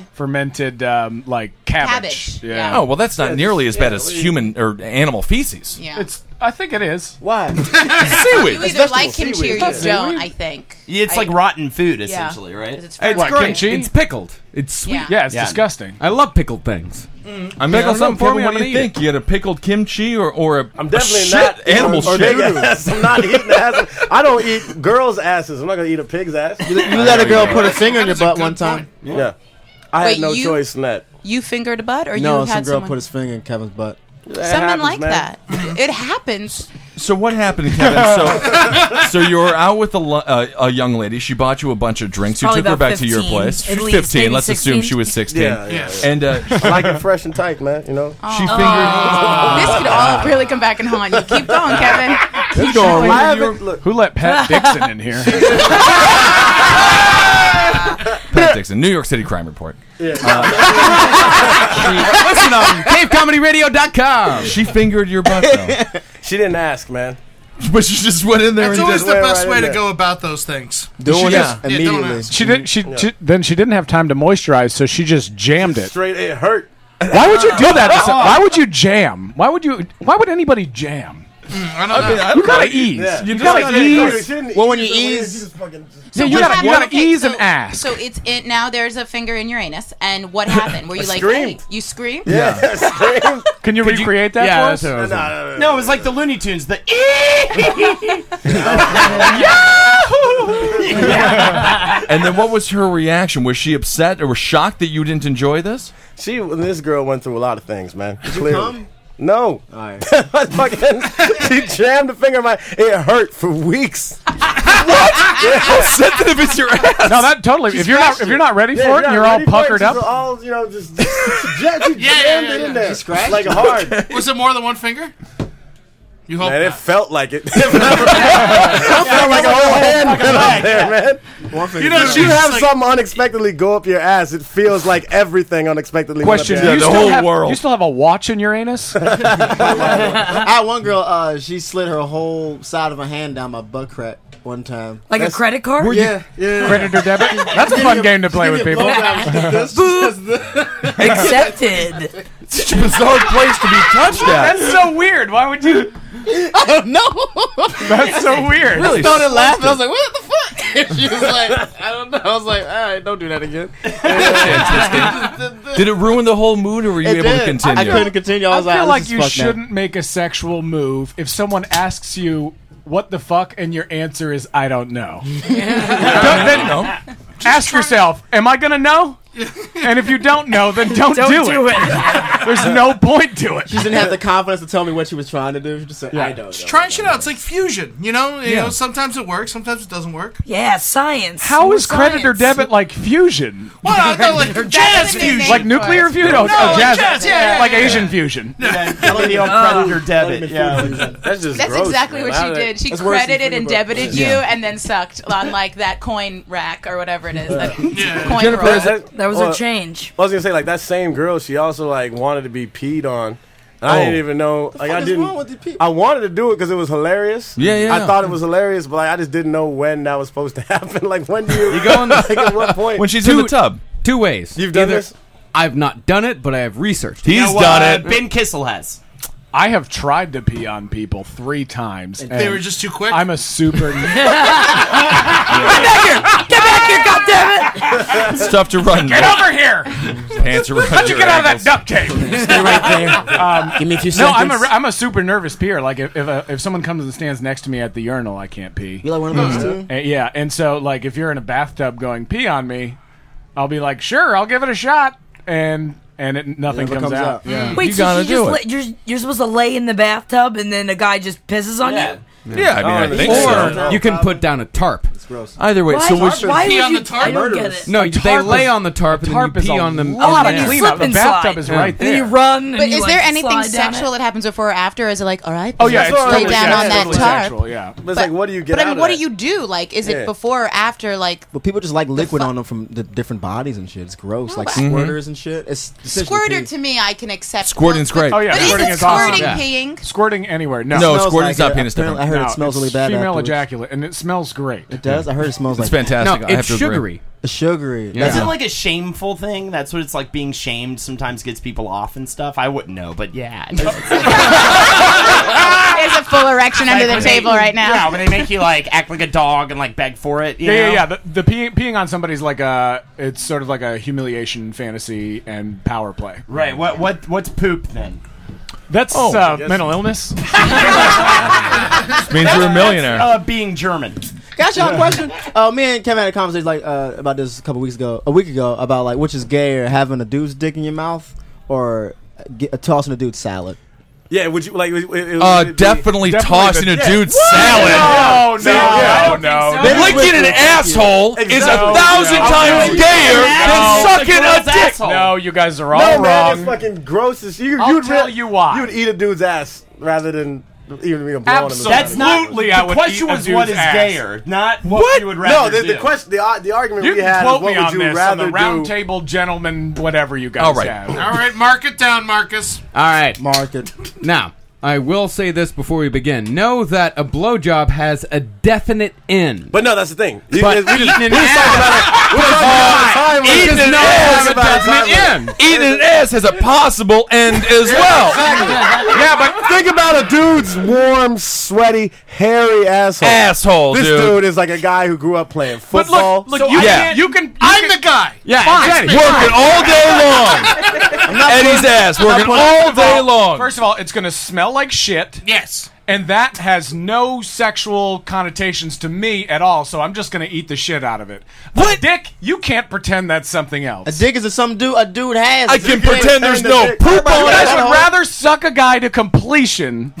S13: uh,
S7: fermented um, like cabbage.
S13: Cabbage, yeah.
S9: Oh well, that's not nearly as bad as human or animal feces.
S13: Yeah.
S7: It's. I think it is.
S11: Why?
S13: you
S9: Seaweed.
S13: either like
S11: vegetable,
S13: kimchi or you
S11: seaweed.
S13: don't, I think.
S15: It's like
S13: I-
S15: rotten food,
S13: Yeah.
S15: essentially, right?
S13: 'Cause it's
S6: It's
S13: fried.
S7: what,
S6: great.
S7: kimchi?
S6: It's pickled. It's sweet.
S13: Yeah.
S7: Yeah, it's
S15: Yeah.
S7: disgusting.
S6: I love pickled things.
S9: I mean,
S6: Pickle
S9: I don't know,
S6: something for
S9: Kevin,
S6: me, I'm
S9: What do
S6: gonna
S9: you
S6: eat
S9: think? You had a pickled kimchi or or a
S10: I'm definitely
S9: a shit
S10: not
S9: animal
S10: or, or
S9: shit.
S10: pig ass. I'm not eating ass. I don't eat girls' asses. I'm not gonna eat a pig's ass.
S11: You, you let a girl put a finger in your butt one time.
S10: Yeah, I
S13: Wait,
S10: had no
S13: you-
S10: choice in that.
S13: You fingered a butt, or
S11: No,
S13: you
S11: some
S13: had
S11: girl
S13: someone,
S11: put his finger in Kevin's butt.
S13: someone
S10: happens,
S13: like
S10: man.
S13: that. it happens.
S9: So what happened, Kevin? So, so you were out with a, lo- uh, a young lady. She bought you a bunch of drinks. you
S14: Probably
S9: took her
S14: about
S9: back to your
S14: 15,
S9: place.
S14: at least,
S9: Fifteen.
S14: maybe
S9: Let's assume
S14: 16.
S9: she was sixteen.
S10: Yeah, yeah,
S12: Yeah.
S9: And uh, she
S10: I like it fresh and tight, man. You know. Ah.
S9: fingered.
S13: Oh. this could all really come back and haunt you. Keep going, Kevin. Keep
S10: I
S13: going.
S10: haven't. Look,
S7: Who let Pat Dixon in here?
S9: Pat Dixon, New York City crime report. Uh,
S6: Listen
S2: um,
S6: on cavecomedyradio.com.
S9: She fingered your butt, though.
S10: she didn't ask, man.
S9: but she just went in there
S12: That's
S9: and
S12: always
S9: just.
S12: the
S10: Right,
S12: best
S10: right
S12: way
S10: in
S12: to
S10: there.
S12: go about those things.
S11: Doing
S9: Yeah.
S11: it
S12: Yeah, don't
S11: immediately.
S12: ask.
S7: She didn't. She, she then she didn't have time to moisturize, so she just jammed it.
S10: Straight, it hurt.
S7: Why would you do that? to some- Why would you jam? Why would you? Why would anybody jam?
S12: I don't know.
S7: You gotta ease.
S10: Yeah.
S7: You gotta ease.
S11: Well, when you ease-
S7: Yeah, you gotta, you gotta
S13: Okay,
S7: ease
S13: so,
S7: an ass.
S13: So it's in now. There's a finger in your anus, and what happened? Were you like, hey,
S10: screamed.
S13: you screamed?
S10: Yeah. Scream.
S7: Can you recreate that
S6: yeah,
S7: for
S6: that's
S7: us?
S6: what I was
S10: Nah,
S6: thinking.
S10: nah, nah, nah.
S15: No, it was like the Looney Tunes. The
S9: and then what was her reaction? Was she upset or was shocked that you didn't enjoy this?
S10: She, this girl went through a lot of things, man. Clearly. No. I fucking, she jammed a finger in my. It hurt for weeks. what? How
S9: sensitive is your ass?
S7: No, that totally. if you're not if you're not ready for it, and you're all puckered up.
S10: All you know, just, just, just jammed it in there. Like hard.
S12: Was it more than one finger? You hope
S10: Man, it felt like it.
S12: felt
S10: like a whole hand went up
S12: leg.
S10: there, man.
S12: finger.
S10: you know,
S12: It's
S10: you have
S12: like-
S10: something unexpectedly go up your ass. It feels like everything unexpectedly.
S7: Question:
S10: went up your
S7: you
S10: ass.
S7: still have, You still have a watch in your anus?
S11: I had one girl. Uh, she slid her whole side of her hand down my butt crack one time.
S14: Like a credit card? Were you-
S11: Yeah, yeah.
S7: Credit or debit? That's a
S11: She
S7: fun
S11: gave me
S7: game to play
S11: she
S7: with
S11: gave me a
S7: people.
S11: blowjob. She did this, she does this.
S14: Accepted.
S9: Such a bizarre place to be touched at.
S7: That's so weird. Why would you?
S16: I don't know.
S7: That's so weird.
S16: I
S7: Really
S16: started laughing. I was like,
S7: slanted.
S16: "What the fuck?" And she was like, "I don't know." I was like, "All right, don't do that again."
S9: Did it ruin the whole mood or were you
S16: It
S9: able
S16: did.
S9: to
S16: I
S9: continue?
S16: couldn't continue. I was
S7: I feel
S16: like,
S7: like
S16: this
S7: you
S16: is fucked now.
S7: shouldn't make a sexual move if someone asks you what the fuck and your answer is I don't know. Don't- then Ask yourself, am I gonna know? And if you don't know, then don't,
S11: Don't do
S7: There's no point to it.
S11: She didn't have the confidence to tell me what she was trying to do. She just said, "I don't."
S12: Just trying shit out. It's like fusion. You know, you
S7: Yeah.
S12: know. Sometimes it works. Sometimes it doesn't work.
S14: Yeah, science.
S7: How
S12: More
S7: is credit or
S12: science.
S7: debit like fusion?
S12: Well, I thought like jazz fusion,
S7: Like nuclear fusion?
S12: No,
S7: Oh, oh,
S12: like
S7: jazz,
S12: jazz, yeah, yeah,
S7: like
S12: yeah,
S7: Asian fusion.
S11: Oh.
S15: Your debit. Yeah.
S10: That's just
S13: That's exactly what she did. She credited and debited you, and then sucked on like that coin rack or whatever it is. That coin
S10: Jennifer,
S13: roll.
S10: is that- That was her well,
S14: change.
S10: I was gonna say like that same girl. She also like wanted to be peed on. And I
S11: Oh.
S10: didn't even know. Like
S11: fuck
S10: I
S11: is
S10: didn't.
S11: wrong with the people?
S10: I wanted to do it because it was hilarious.
S11: Yeah, yeah,
S10: I
S11: yeah.
S10: thought it was hilarious, but like, I just didn't know when that was supposed to happen. Like when do you? You
S6: go in the-
S10: like, at what point?
S9: tub.
S6: Two ways.
S10: You've done this?
S6: I've not done it, but I have researched.
S7: He's You know, done uh, it.
S6: Ben Kissel has.
S7: I have tried to pee on people three times.
S12: They
S7: and
S12: were just too quick?
S7: I'm a super.
S9: It's tough to run.
S7: Get over here!
S9: Pants are running.
S7: How'd you
S9: your
S7: get out of
S9: ankles.
S7: that duct tape? Stay
S9: right there. Give me a few
S7: no, I'm a,
S9: seconds.
S7: re- I'm a super nervous peer. Like if if, a, if someone comes and stands next to me at the urinal, I can't pee. You
S11: like one of those too?
S7: yeah, and so like if you're in a bathtub going pee on me, I'll be like, sure, I'll give it a shot, and and it, nothing
S11: Never
S7: comes,
S11: comes Mm.
S7: out.
S11: out.
S9: Mm.
S7: Yeah.
S14: Wait, so you just lay- you're, you're supposed to lay in the bathtub and then a guy just pisses on you?
S9: Yeah, I mean, I think
S6: or
S9: so.
S6: you can put down a tarp. It's
S11: gross.
S9: Either way,
S14: Why-
S9: so which,
S14: why would you? I don't get
S6: Murderers.
S14: it.
S6: No, they
S14: tarp
S6: lay
S14: is-
S6: on the tarp and
S7: tarp
S6: then
S7: is
S6: you pee
S7: a
S6: on them.
S7: lot of
S6: and
S7: cleanup.
S6: then-
S7: The And bathtub slide. is right
S14: And you
S7: there.
S14: run. and
S13: But
S14: you,
S13: is
S14: like,
S13: there anything
S14: slide down it.
S13: sexual that happens before or after? Is it like, all right,
S10: Oh, yeah,
S13: let's
S10: it's
S13: lay
S10: totally
S13: down
S10: sexual.
S13: on
S10: It's
S13: that
S10: totally
S13: tarp?
S10: sexual, yeah. But it's like, what do you get
S13: But I
S10: out
S13: mean,
S10: of
S13: what
S10: that?
S13: do you do? Like, is
S10: Yeah.
S13: it before or after? Like,
S11: But people just like liquid on them from the different bodies and shit. It's gross, like
S13: but- Mhm.
S7: Mm-hmm.
S11: squirters and shit. It's essentially
S13: squirter
S11: pee.
S13: to me, I can accept.
S11: Squirting's great.
S7: Oh yeah,
S11: But
S13: is
S7: squirting
S13: it
S7: is awesome.
S13: squirting Yeah. peeing?
S7: Squirting anywhere? No,
S11: No, It smells squirting's like not it. peeing, it's Apparently, different. I heard it
S7: No,
S11: smells
S7: it's
S11: really bad
S7: Female
S11: afterwards.
S7: ejaculate, and it smells great.
S11: It does. I heard it smells
S9: It's
S11: like
S9: fantastic, No, I have it's to agree. sugary.
S11: It's sugary.
S15: Is it like a shameful thing? That's what it's like being shamed sometimes gets people off and stuff. I wouldn't know, but yeah.
S13: There's a full erection under the
S15: Like,
S13: table
S15: they-
S13: right now.
S15: Yeah, when they make you like act like a dog and like beg for it. You
S7: yeah,
S15: know?
S7: yeah, yeah. The, the peeing, peeing on somebody's like a, it's sort of like a humiliation fantasy and power play.
S15: Right. What what what's poop then?
S7: That's
S15: Oh,
S7: uh,
S15: yes.
S7: mental illness.
S9: means you're a millionaire.
S15: Uh, being German.
S11: Got y'all a question? Uh, me and Kevin had a conversation like uh, about this a couple weeks ago, a week ago, about like which is gayer, having a dude's dick in your mouth or get, uh, tossing a dude's salad.
S10: Yeah, would you like? It, it, it,
S11: Uh,
S10: it'd be-
S11: definitely
S9: tossing a
S10: yeah.
S9: dude's
S10: What?
S7: oh,
S9: salad.
S10: No, no,
S9: Yeah.
S10: no, no.
S9: Then Licking an asshole is a thousand times gayer than sucking a dick.
S7: No, you guys are all
S10: No, man, it's
S7: wrong.
S10: fucking gross. as- You,
S7: I'll
S10: you'd
S7: tell
S10: really,
S7: you why.
S10: You'd eat a dude's ass rather than even being a blow on him.
S15: That's not. the question was what is gayer, not what, you would rather
S10: No, the,
S15: do.
S10: the question, the, ar- the argument
S7: You
S10: we
S7: can
S10: had
S7: quote
S10: is what
S7: me
S10: would
S7: on
S10: you
S7: this on
S10: rather
S7: the round
S10: do?
S7: table, gentlemen, whatever you guys
S6: All right.
S7: have.
S12: All right, mark it down, Marcus.
S6: All right.
S11: Market.
S6: Now, I will say this before we begin. Know that a blowjob has a definite end.
S10: But no, that's the thing. You-
S6: But
S10: we just-
S6: eating
S10: we
S6: an
S10: just talked about it. We're talking about it all the time.
S9: Eating
S10: We're
S9: an
S10: just
S9: ass
S10: talking about it all the time.
S9: Eating an ass has a possible end as well.
S10: Exactly. yeah, but think about a dude's warm, sweaty, hairy asshole.
S9: Asshole,
S10: This
S9: dude.
S10: dude is like a guy who grew up playing football.
S7: Look, you,
S10: I-
S7: can't, you can. You
S12: I'm the guy.
S6: Yeah,
S10: Fine.
S6: exactly.
S10: Working all day
S9: long.
S10: I'm not
S9: Eddie's ass working all day long.
S7: First of all, it's going to smell like shit.
S12: Yes.
S7: And that has no sexual connotations to me at all, so I'm just going to eat the shit out of it. What? Dick, you can't pretend that's something else.
S11: A dick is a some dude a dude has.
S7: I
S11: It's
S7: can
S11: a dick.
S7: pretend there's no
S11: Everybody-
S7: poop on it.
S11: everybody-
S7: You guys would rather suck a guy to completion.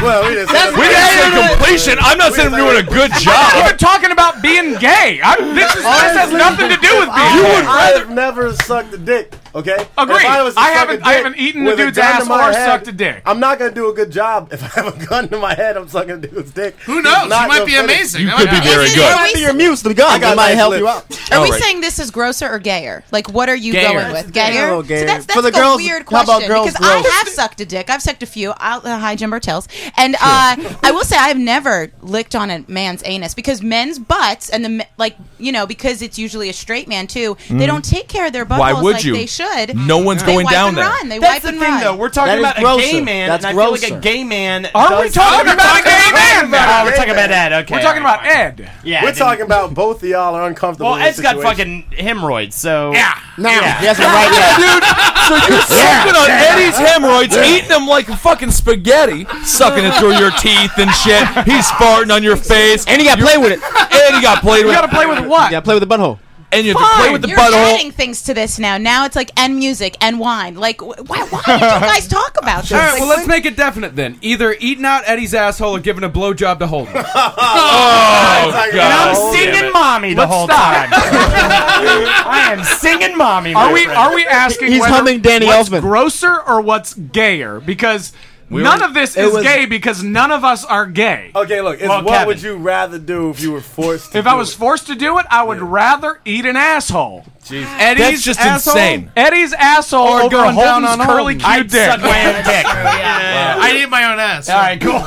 S10: well, we just
S9: We didn't say completion. I'm not saying I'm doing a good job.
S7: We're talking about being gay. I'm, this, is, this has nothing to do with being.
S10: You
S7: gay.
S10: would rather never sucked a dick. Okay,
S7: Agree.
S10: If was to
S7: I
S10: suck
S7: haven't-
S10: a
S7: I
S10: dick
S7: haven't eaten a
S10: with
S7: dude's
S10: gun to
S7: ass
S10: my
S7: or
S10: head,
S7: sucked a dick.
S10: I'm not gonna do a good job if I have a gun to my head. I'm sucking a dude's dick.
S12: Who knows? You might be amazing. You I could might be not. very
S10: You
S12: good.
S10: might be your muse. The
S11: I
S10: gun
S11: got
S10: that
S11: nice
S10: might help
S11: lips.
S10: you out.
S13: Are we saying this is grosser or gayer? Like, what are you
S11: Gayer.
S13: going with?
S11: Gayer.
S13: Gayer?
S11: Oh, gayer.
S13: So that's, that's
S11: For the
S13: like a
S11: girls,
S13: weird
S11: how
S13: question.
S11: about girls'
S13: because
S11: gross?
S13: I have sucked a dick. I've sucked a few. I'll, uh, hi, Jim Bartels. And uh, I will say I've never licked on a man's anus because men's butts and the me- like, you know, because it's usually a straight man too. They
S9: Mm.
S13: don't take care of their buttholes
S9: Why would
S13: like
S9: you?
S13: they should.
S9: No one's
S13: They
S9: going
S13: wipe
S9: down
S13: and
S9: there.
S13: Run. They
S15: That's
S13: wipe
S15: the
S13: and
S15: thing,
S13: run.
S15: though. We're talking about a gay man,
S11: That's
S15: and I feel
S11: grosser.
S15: like a gay man.
S7: Are we
S15: does-
S7: talking
S15: We're
S7: about a gay man?
S15: No, we're talking about Ed. Okay,
S7: We're talking about Ed.
S15: Yeah, I
S10: We're
S15: didn't-
S10: talking about both of y'all are uncomfortable.
S15: Well,
S10: in this
S15: Ed's got
S10: situation.
S15: fucking hemorrhoids, so
S12: yeah.
S11: Now,
S9: Yes, right dude. So you're sucking on Eddie's hemorrhoids, eating them like fucking spaghetti, sucking it through your teeth and shit. He's farting on your face, and you got to play with it. And you got played with. You got
S7: to play with what?
S11: Yeah, play with the butthole.
S9: And you have to play with the
S13: You're
S9: butthole.
S13: adding things to this now. Now it's like and music and wine. Like, wh- why? Why do you guys talk about this?
S6: All right,
S13: Like,
S6: well, let's make it definite then. Either eating out Eddie's asshole or giving a blowjob to Holden. oh,
S15: And I'm singing mommy the
S6: Let's
S15: whole
S6: stop.
S15: time. I am singing mommy. my
S7: Are we
S15: friend.
S7: are we asking?
S11: He's
S7: whether
S11: humming Danny
S7: what's
S11: Elfman.
S7: Grosser or what's gayer? Because none
S10: were-
S7: of this
S10: it
S7: is
S10: was-
S7: gay because none of us are gay.
S10: Okay, look. It's
S7: Well,
S10: what
S7: Kevin.
S10: would you rather do if you were forced? to
S7: If
S10: do
S7: I was
S10: it?
S7: forced to do it, I would rather eat an asshole.
S10: Jesus.
S7: Eddie's
S10: That's just
S7: asshole,
S10: insane.
S7: Eddie's asshole
S6: Or
S7: over
S6: going down
S7: Holden's
S6: on
S7: curly
S6: Holden.
S7: Q
S6: I'd
S7: dick.
S6: suck my own dick.
S12: I need my own ass. All
S15: right, cool.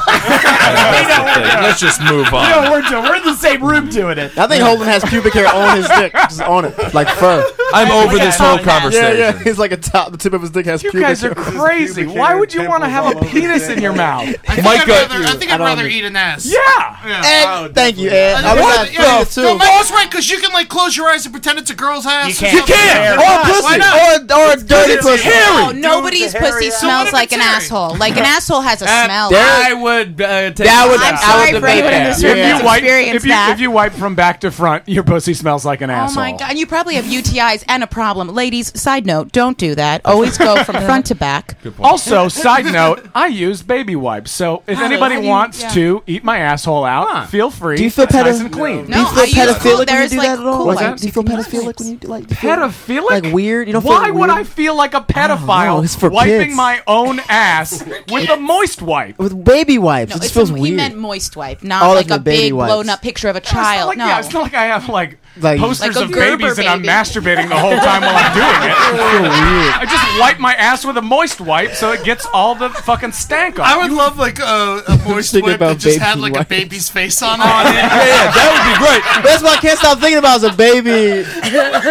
S9: Let's just move on.
S15: No, we're, do- we're in the same room doing it.
S11: I think Holden has pubic hair on his dick, just on it, like fur.
S9: I'm over
S11: Yeah.
S9: this whole
S11: Yeah,
S9: conversation.
S11: yeah. He's like a top. The tip of his dick has.
S7: You
S11: pubic
S7: guys
S11: hair.
S7: are crazy. Why would you want to have a penis in your mouth?
S12: I think I'd rather, I think I'd rather eat an ass. Oh,
S7: Yeah.
S11: Ed,
S12: I would
S11: thank you,
S12: definitely.
S11: Ed. I would
S12: What
S11: not
S12: the-
S11: think
S12: yeah,
S11: it too.
S12: No, Michael's right because you can like close your eyes and pretend it's a girl's ass.
S11: You can't. You can't. Or a pussy. Or a- or a dirty pussy.
S13: No,
S11: Dude's
S13: Oh, nobody's
S11: a hairy
S13: pussy
S11: ass.
S13: smells like an asshole. Like an asshole has a smell.
S6: I would uh, take
S13: That would- I
S6: I'm
S13: would
S6: sorry
S13: debate
S6: for anyone in
S13: that.
S6: this
S13: room
S7: If
S13: that's
S7: you wipe,
S13: experienced
S7: if you,
S13: that.
S7: if you wipe from back to front, your pussy smells like an
S13: Oh
S7: asshole.
S13: my god! And you probably have UTIs and a problem, ladies. Side note: Don't do that. Always go from front to back.
S7: Also, side note, I use baby wipes, so
S11: Oh,
S7: if
S13: Wow,
S7: anybody
S13: how do you-
S7: wants
S13: yeah.
S7: to eat my asshole out, feel free.
S11: Do you feel
S7: It's nice
S11: pedo-
S7: and clean?
S11: do you feel pedophilic when you
S13: there's,
S11: do
S13: like,
S11: that at all?
S13: cool
S11: Like,
S7: wipes.
S11: do you feel pedophilic when you do like do you feel-
S7: Pedophilic?
S11: Like weird? You don't
S7: Why
S11: feel
S7: would
S11: weird?
S7: I feel like a
S11: know,
S7: pedophile
S11: it's for
S7: wiping
S11: kids.
S7: my own ass with a moist wipe?
S11: with baby wipes? it just feels
S13: He
S11: weird.
S13: meant moist wipe, not
S11: Oh,
S13: like a
S11: like the baby
S13: big
S11: wipes.
S13: blown up picture of a child.
S7: Like,
S13: no,
S7: yeah, it's not like I have like,
S11: Like-
S7: posters
S13: Like a
S7: of
S13: Gerber
S7: babies and I'm
S13: baby.
S7: masturbating the whole time while I'm doing it. I just wipe my ass with a moist wipe so it gets all the fucking stank off.
S12: I would love like a, a moist
S11: Thinking
S12: whip that
S11: about
S12: just
S11: baby
S12: had like
S11: wipes.
S12: a baby's face on it.
S7: Oh,
S9: that would be great.
S11: That's what I can't stop thinking about as a baby.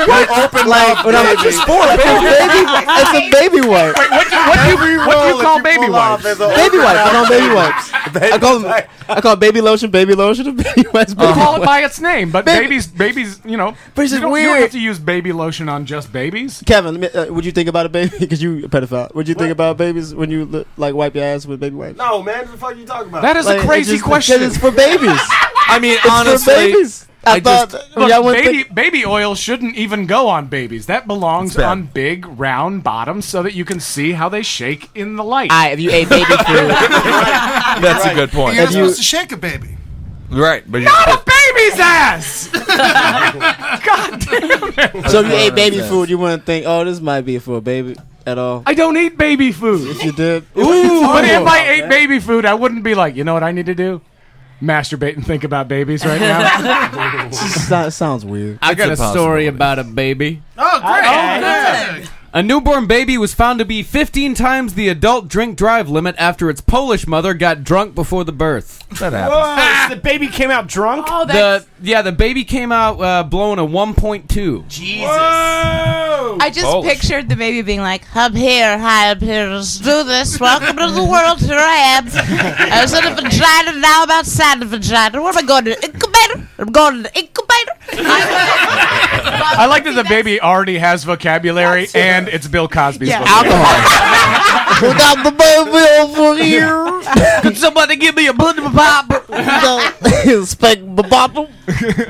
S11: like, open like when I'm
S9: just for a
S11: baby. It's a baby wipe.
S7: Wait, what do, what do you, what do you call baby
S10: off,
S7: wipes?
S10: there's a-
S11: Baby wipes. I call 'em baby wipes. I call them. I call baby lotion, baby lotion, and baby wipes. Baby
S7: You call it
S11: wipes.
S7: by its name, but
S11: Uh-huh. Baby-
S7: babies, babies, you know,
S11: But it's
S7: you
S11: just
S7: don't, you don't
S11: weird.
S7: have to use baby lotion on just babies.
S11: Kevin, let me, uh, would you think about a baby? Because you a pedophile. Would you think about babies when you li- like wipe your ass with baby wipes?
S10: No, man. What the fuck are you talking about?
S7: That is
S11: Like,
S7: a
S11: it's
S7: crazy
S11: just-
S7: question.
S11: Because it's for babies.
S9: I mean,
S11: It's for
S9: honestly,
S11: babies. I
S9: just-
S11: thought-
S7: Look,
S11: Yeah, I wouldn't
S7: baby, baby oil shouldn't even go on babies. That belongs
S9: It's bad.
S7: on big round bottoms so that you can see how they shake in the light.
S14: I if you ate baby food.
S9: that's a good point.
S12: Ah, You're not supposed to shake a baby.
S9: Right, but you
S7: Not a baby's ass. God damn it!
S11: So if you ate baby
S9: Yes.
S11: food, you wouldn't think, oh, this might be for a baby at all.
S7: I don't eat baby food.
S11: You did.
S7: but if I ate baby food, I wouldn't be like, you know what I need to do? Masturbate and think about babies right now.
S11: That sounds weird.
S6: I got a
S11: It's a
S6: story about a baby.
S12: Oh, great.
S6: A newborn baby was found to be 15 times the adult drink drive limit after its Polish mother got drunk before the birth.
S9: That
S15: Whoa, so the baby came out drunk. Oh,
S6: The yeah, the baby came out uh, blowing a 1.2.
S15: Jesus.
S13: I just
S6: Polish.
S13: pictured the baby being like, "Up here, hi, up here, let's do this. Welcome to the world. Here I am. I was in a vagina. Now I'm outside the vagina. Where am I going to the incubator? I'm going to the incubator. I'm,
S7: I like that the baby already has vocabulary and it's Bill Cosby's
S2: Yeah.
S7: vocabulary.
S2: Without the baby over here.
S11: Could somebody give me a blood pop? Spec bottle. Spec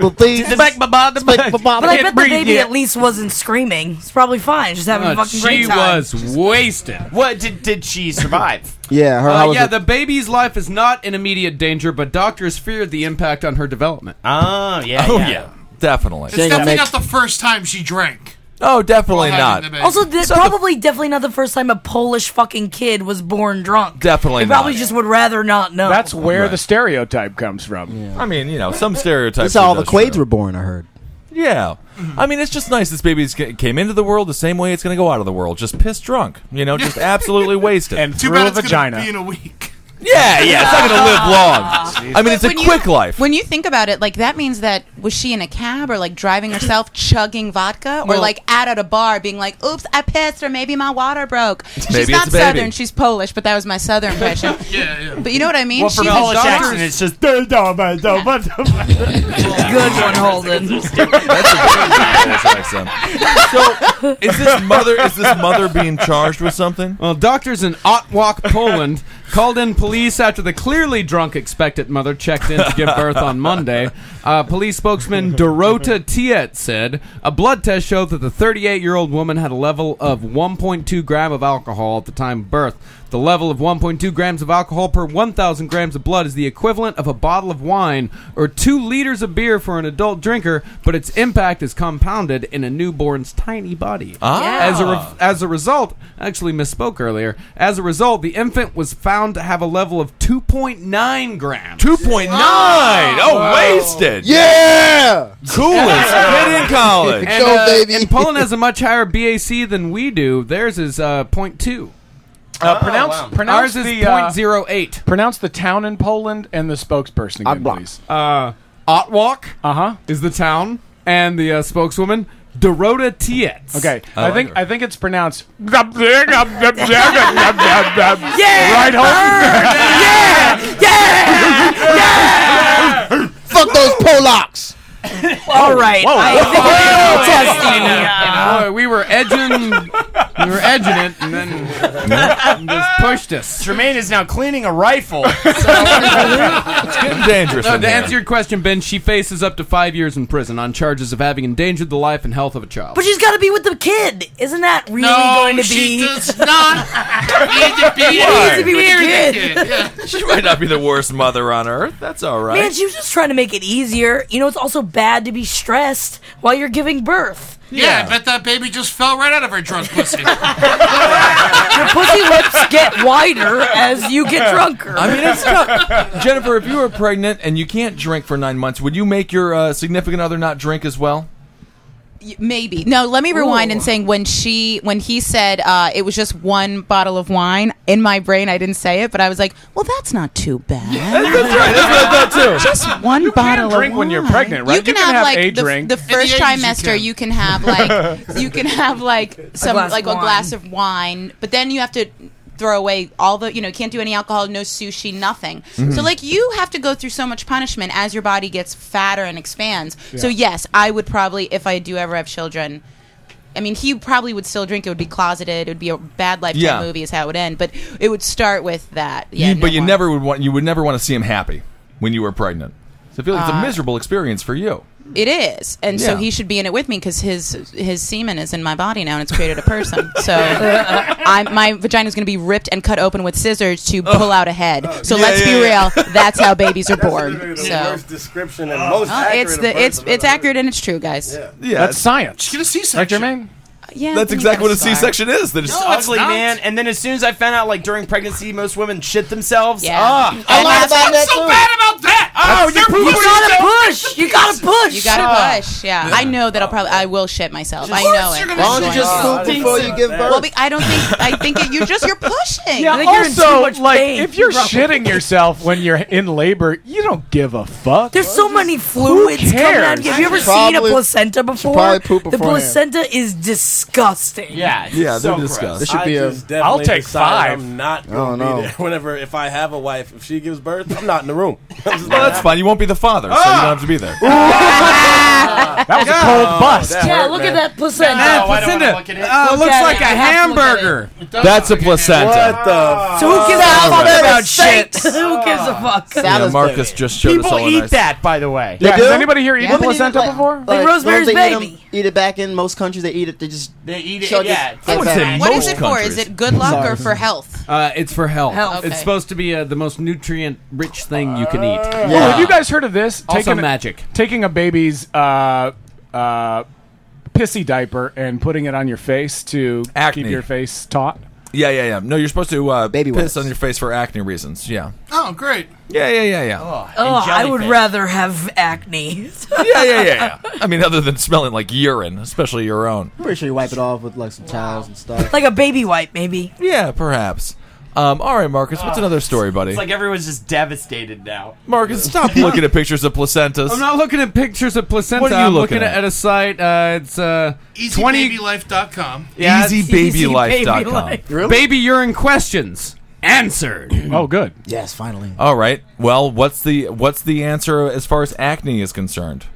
S11: bottle.
S14: But I bet the
S11: breathe
S14: baby
S11: yet.
S14: at least wasn't screaming. It's probably fine. She's having a fucking great time.
S6: Uh, wasted.
S15: What did did she survive?
S11: Yeah, her.
S6: Uh,
S11: how was
S6: yeah,
S11: it?
S6: the baby's life is not in immediate danger, but doctors feared the impact on her development.
S15: Oh yeah,
S6: oh
S12: yeah.
S9: definitely.
S12: It's definitely not the first time she drank.
S9: Oh, definitely
S12: Well,
S9: not.
S12: having the baby.
S14: Also, th- probably definitely not the first time a Polish fucking kid was born drunk.
S9: Definitely
S14: They probably
S9: not.
S14: just would rather not know.
S7: That's where the stereotype comes from.
S9: I mean, you know, some stereotypes.
S11: That's how
S9: are
S11: all the
S9: just
S11: Quades
S9: true.
S11: were born. I heard.
S9: Yeah, I mean, it's just nice. This baby's g- came into the world the same way it's going to go out of the world, just pissed drunk. You know, just absolutely wasted and
S12: Too bad it's gonna be in a week.
S9: Yeah, yeah, it's not going to live long. I mean, it's a
S13: when you-
S9: quick life.
S13: When you think about it, like that means that was she in a cab or like driving herself, chugging vodka, or
S9: Well-
S13: like out at a bar, being like, "Oops, I pissed," or maybe my water broke. she's
S15: Maybe
S13: not
S15: it's a baby.
S13: southern; she's Polish, but that was my southern impression. yeah, yeah. But you know what I mean?
S15: Well, for
S13: She-
S15: Polish accent, it's just good one, Holden.
S9: so, is this mother? Is this mother being charged with something?
S6: Well, doctors in Otwock, Poland, called in police after the clearly drunk expectant mother checked in to give birth on Monday. Uh, police spokesman Dorota Tiet said a blood test showed that the 38-year-old woman had a level of 1.2 gram of alcohol at the time of birth. The level of 1.2 grams of alcohol per 1,000 grams of blood is the equivalent of a bottle of wine or two liters of beer for an adult drinker, but its impact is compounded in a newborn's tiny body.
S9: Ah.
S6: As a re- as a result, I actually misspoke earlier. As a result, the infant was found to have a level of 2.9 grams.
S9: 2.9. Oh, wasted.
S6: Yeah.
S9: Cool as spit in college.
S6: uh, And,
S9: Go,
S6: uh,
S9: baby.
S6: and Poland has a much higher BAC than we do. Theirs is uh, 0.2.
S9: Oh,
S7: Uh, pronounce,
S6: wow.
S7: pronounce
S6: Ours is
S7: the, uh,
S6: 0.08.
S7: Pronounce the town in Poland and the spokesperson again, please.
S6: Uh, Otwok uh-huh. is the town, and the uh, spokeswoman, Dorota Tietz.
S7: Okay, I, think I think it's pronounced.
S2: Right, Yeah! Yeah! Yeah! Fuck those Polacks!
S14: All right.
S2: Whoa.
S14: I think we're testing. uh,
S6: Boy,
S2: Whoa.
S6: we were edging, we were edging it, and then just pushed us.
S15: Tremaine is now cleaning a rifle.
S6: it's
S9: getting dangerous
S6: No,
S9: in
S6: to
S9: here.
S6: answer your question, Ben, she faces up to five years in prison on charges of having endangered the life and health of a child.
S14: But she's got to be with the kid. Isn't that really
S12: No,
S14: going to be?
S12: she does not need to be
S14: She needs to be with the
S12: near the
S14: kid.
S12: kid, yeah.
S9: She might not be the worst mother on earth. That's all right.
S14: Man, she was just trying to make it easier. You know, it's also bad to be stressed while you're giving birth.
S12: Yeah, I bet that baby just fell right out of her drunk pussy.
S14: Your pussy lips get wider as you get drunker.
S9: I mean, it's tough. Jennifer, if you were pregnant and you can't drink for nine months, would you make your uh, significant other not drink as well?
S13: Y- Maybe. No, let me rewind and saying when she when he said uh, it was just one bottle of wine, in my brain I didn't say it, but I was like, Well that's not too bad.
S9: That's right. That's what I thought too.
S13: Just one bottle
S7: drink
S13: of
S7: when you're
S13: wine.
S7: pregnant, right?
S13: You can, have, like the, the first trimester. You can. have like you can have like some
S14: glass
S13: like
S14: of
S13: a glass of wine, but then you have to throw away all the you know you can't do any alcohol, no sushi, nothing.
S8: Mhm.
S13: So like you have to go through so much punishment as your body gets fatter and expands. So
S8: Yeah.
S13: yes, I would probably if I do ever have children. I mean, he probably would still drink. It would be closeted. It would be a bad lifetime
S9: Yeah.
S13: movie is how it would end. But it would start with that. Yeah,
S9: You-
S13: no
S9: but you
S13: wine.
S9: never would want you would never want to see him happy when you were pregnant. So I feel like it's a
S13: Uh,
S9: miserable experience for you.
S13: It is, and
S9: Yeah.
S13: so he should be in it with me because his his semen is in my body now, and it's created a person. so uh, I'm, my vagina is going to be ripped and cut open with scissors to pull out a head. So
S10: Yeah,
S13: let's
S10: yeah,
S13: be
S10: yeah.
S13: real. That's how babies are
S10: The
S13: born. So
S10: worst description and most
S13: Oh,
S10: accurate
S13: it's the
S10: of
S13: it's it's accurate and it's true, guys.
S9: Yeah,
S7: That's science.
S12: She's gonna see section.
S7: Right, Jermaine?
S13: Yeah,
S9: That's exactly what a C-section is. They're just
S15: no, it's
S9: ugly,
S15: ugly,
S9: man.
S15: man. And then as soon as I found out, like during pregnancy, most women shit themselves.
S13: Yeah. I
S15: Ah,
S13: learned
S15: that's-
S13: about
S15: that's
S13: that
S15: so
S13: too.
S15: bad about that. Oh, you
S13: You gotta
S14: push. You gotta push.
S13: You gotta
S15: Ah.
S13: push. Yeah, I know that I'll probably I will shit myself. I know it.
S11: Why don't you just poop before you give birth?
S13: Well, be- I don't think I think it, you're just you're pushing.
S7: Yeah,
S13: I think you're in too
S7: also,
S13: much
S7: like,
S13: pain.
S7: if you're
S13: Probably.
S7: shitting yourself when you're in labor, you don't give a fuck.
S14: There's so many fluids coming out.
S7: cares?
S14: Have you ever
S7: She
S14: seen a
S7: probably-
S14: placenta before?
S7: probably pooped
S14: the
S7: beforehand.
S14: placenta is disgusting.
S15: Yeah,
S11: it's Yeah, so they're gross. disgusting. There should
S10: I
S11: be a-
S10: just
S11: I'll
S10: definitely
S11: take
S10: decided
S11: five.
S10: I'm not
S11: I
S10: going
S11: don't
S10: to
S11: know.
S10: be there. Whenever, if I have a wife, if she gives birth, I'm not in the room. I'm just
S9: Well,
S10: not
S9: that's fine. You won't be the father, so you don't have to be there. that
S2: was a cold bust.
S8: Yeah, look at that placenta.
S2: No, I don't wanna
S6: placenta.
S2: look at it.
S6: Uh,
S2: Look
S6: looks
S2: at
S6: like
S2: it.
S6: a
S2: You have to look at it.
S6: hamburger.
S9: That's a placenta.
S10: What the?
S2: So who gives a fuck
S9: Alright.
S2: about shit?
S8: Who gives a fuck?
S9: Yeah, Marcus just showed us
S8: People
S9: all a
S8: eat
S9: nice-
S8: that,
S12: by the way.
S11: They
S7: Yeah,
S11: do?
S7: has anybody here eaten
S11: Yeah.
S7: placenta before?
S11: Like,
S8: Like Rosemary's
S11: once they eat 'em-
S8: Baby.
S11: Eat, it back in most countries. They eat it. They just
S15: they eat
S13: it, yeah. I wouldn't say What is most it for? countries. Is it good luck or for health?
S6: Uh, it's for health.
S13: Health. Okay.
S6: It's supposed to be uh, the most nutrient-rich thing you can eat.
S7: Oh, have you guys heard of this?
S6: Also magic.
S7: Taking a baby's uh, uh, pissy diaper and putting it on your face to
S9: Acne.
S7: keep your face taut.
S9: Yeah, yeah, yeah. No, you're supposed to uh, Baby piss
S7: wipes.
S9: on your face for acne reasons. Yeah.
S12: Oh, great.
S9: Yeah, yeah, yeah, yeah.
S8: Oh, I would
S9: jellyfish.
S8: rather have acne.
S9: yeah, yeah, yeah, yeah. I mean, other than smelling like urine, especially your own.
S11: I'm pretty sure you wipe it off with like some towels and stuff.
S8: like a baby wipe, maybe.
S9: Yeah, perhaps. Um, all right, Marcus, what's another story, buddy?
S15: It's like everyone's just devastated now.
S9: Marcus, stop looking at pictures of placentas.
S6: I'm not looking at pictures of placenta.
S9: What are you
S6: I'm
S9: looking
S6: looking at?
S9: at?
S6: a site. Uh, it's uh, 20
S12: EasyBabyLife.com.
S6: Yeah, it's
S9: EasyBabyLife.com.
S6: EasyBabyLife.
S9: Really?
S6: Baby urine questions answered.
S7: oh, good.
S11: Yes, finally.
S9: All right. Well, what's the what's the answer as far as acne is concerned?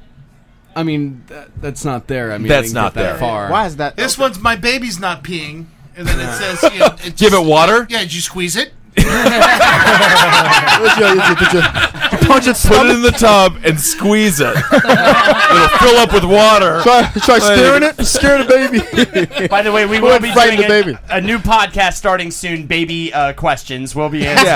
S6: I mean, that, that's not there. I mean,
S9: That's
S6: I didn't
S9: not
S6: get that
S9: there.
S6: Far.
S11: Why is that?
S12: This one's my baby's not peeing, and then it says, you know, it
S9: Give it water.
S12: Yeah, did you squeeze it?
S9: Punch it, put it in the tub and squeeze it. It'll fill up with water.
S12: Try-
S15: try stirring
S9: it. Scare the baby.
S15: By the way, we will be doing a, a new podcast starting soon. Baby uh, questions will be answered.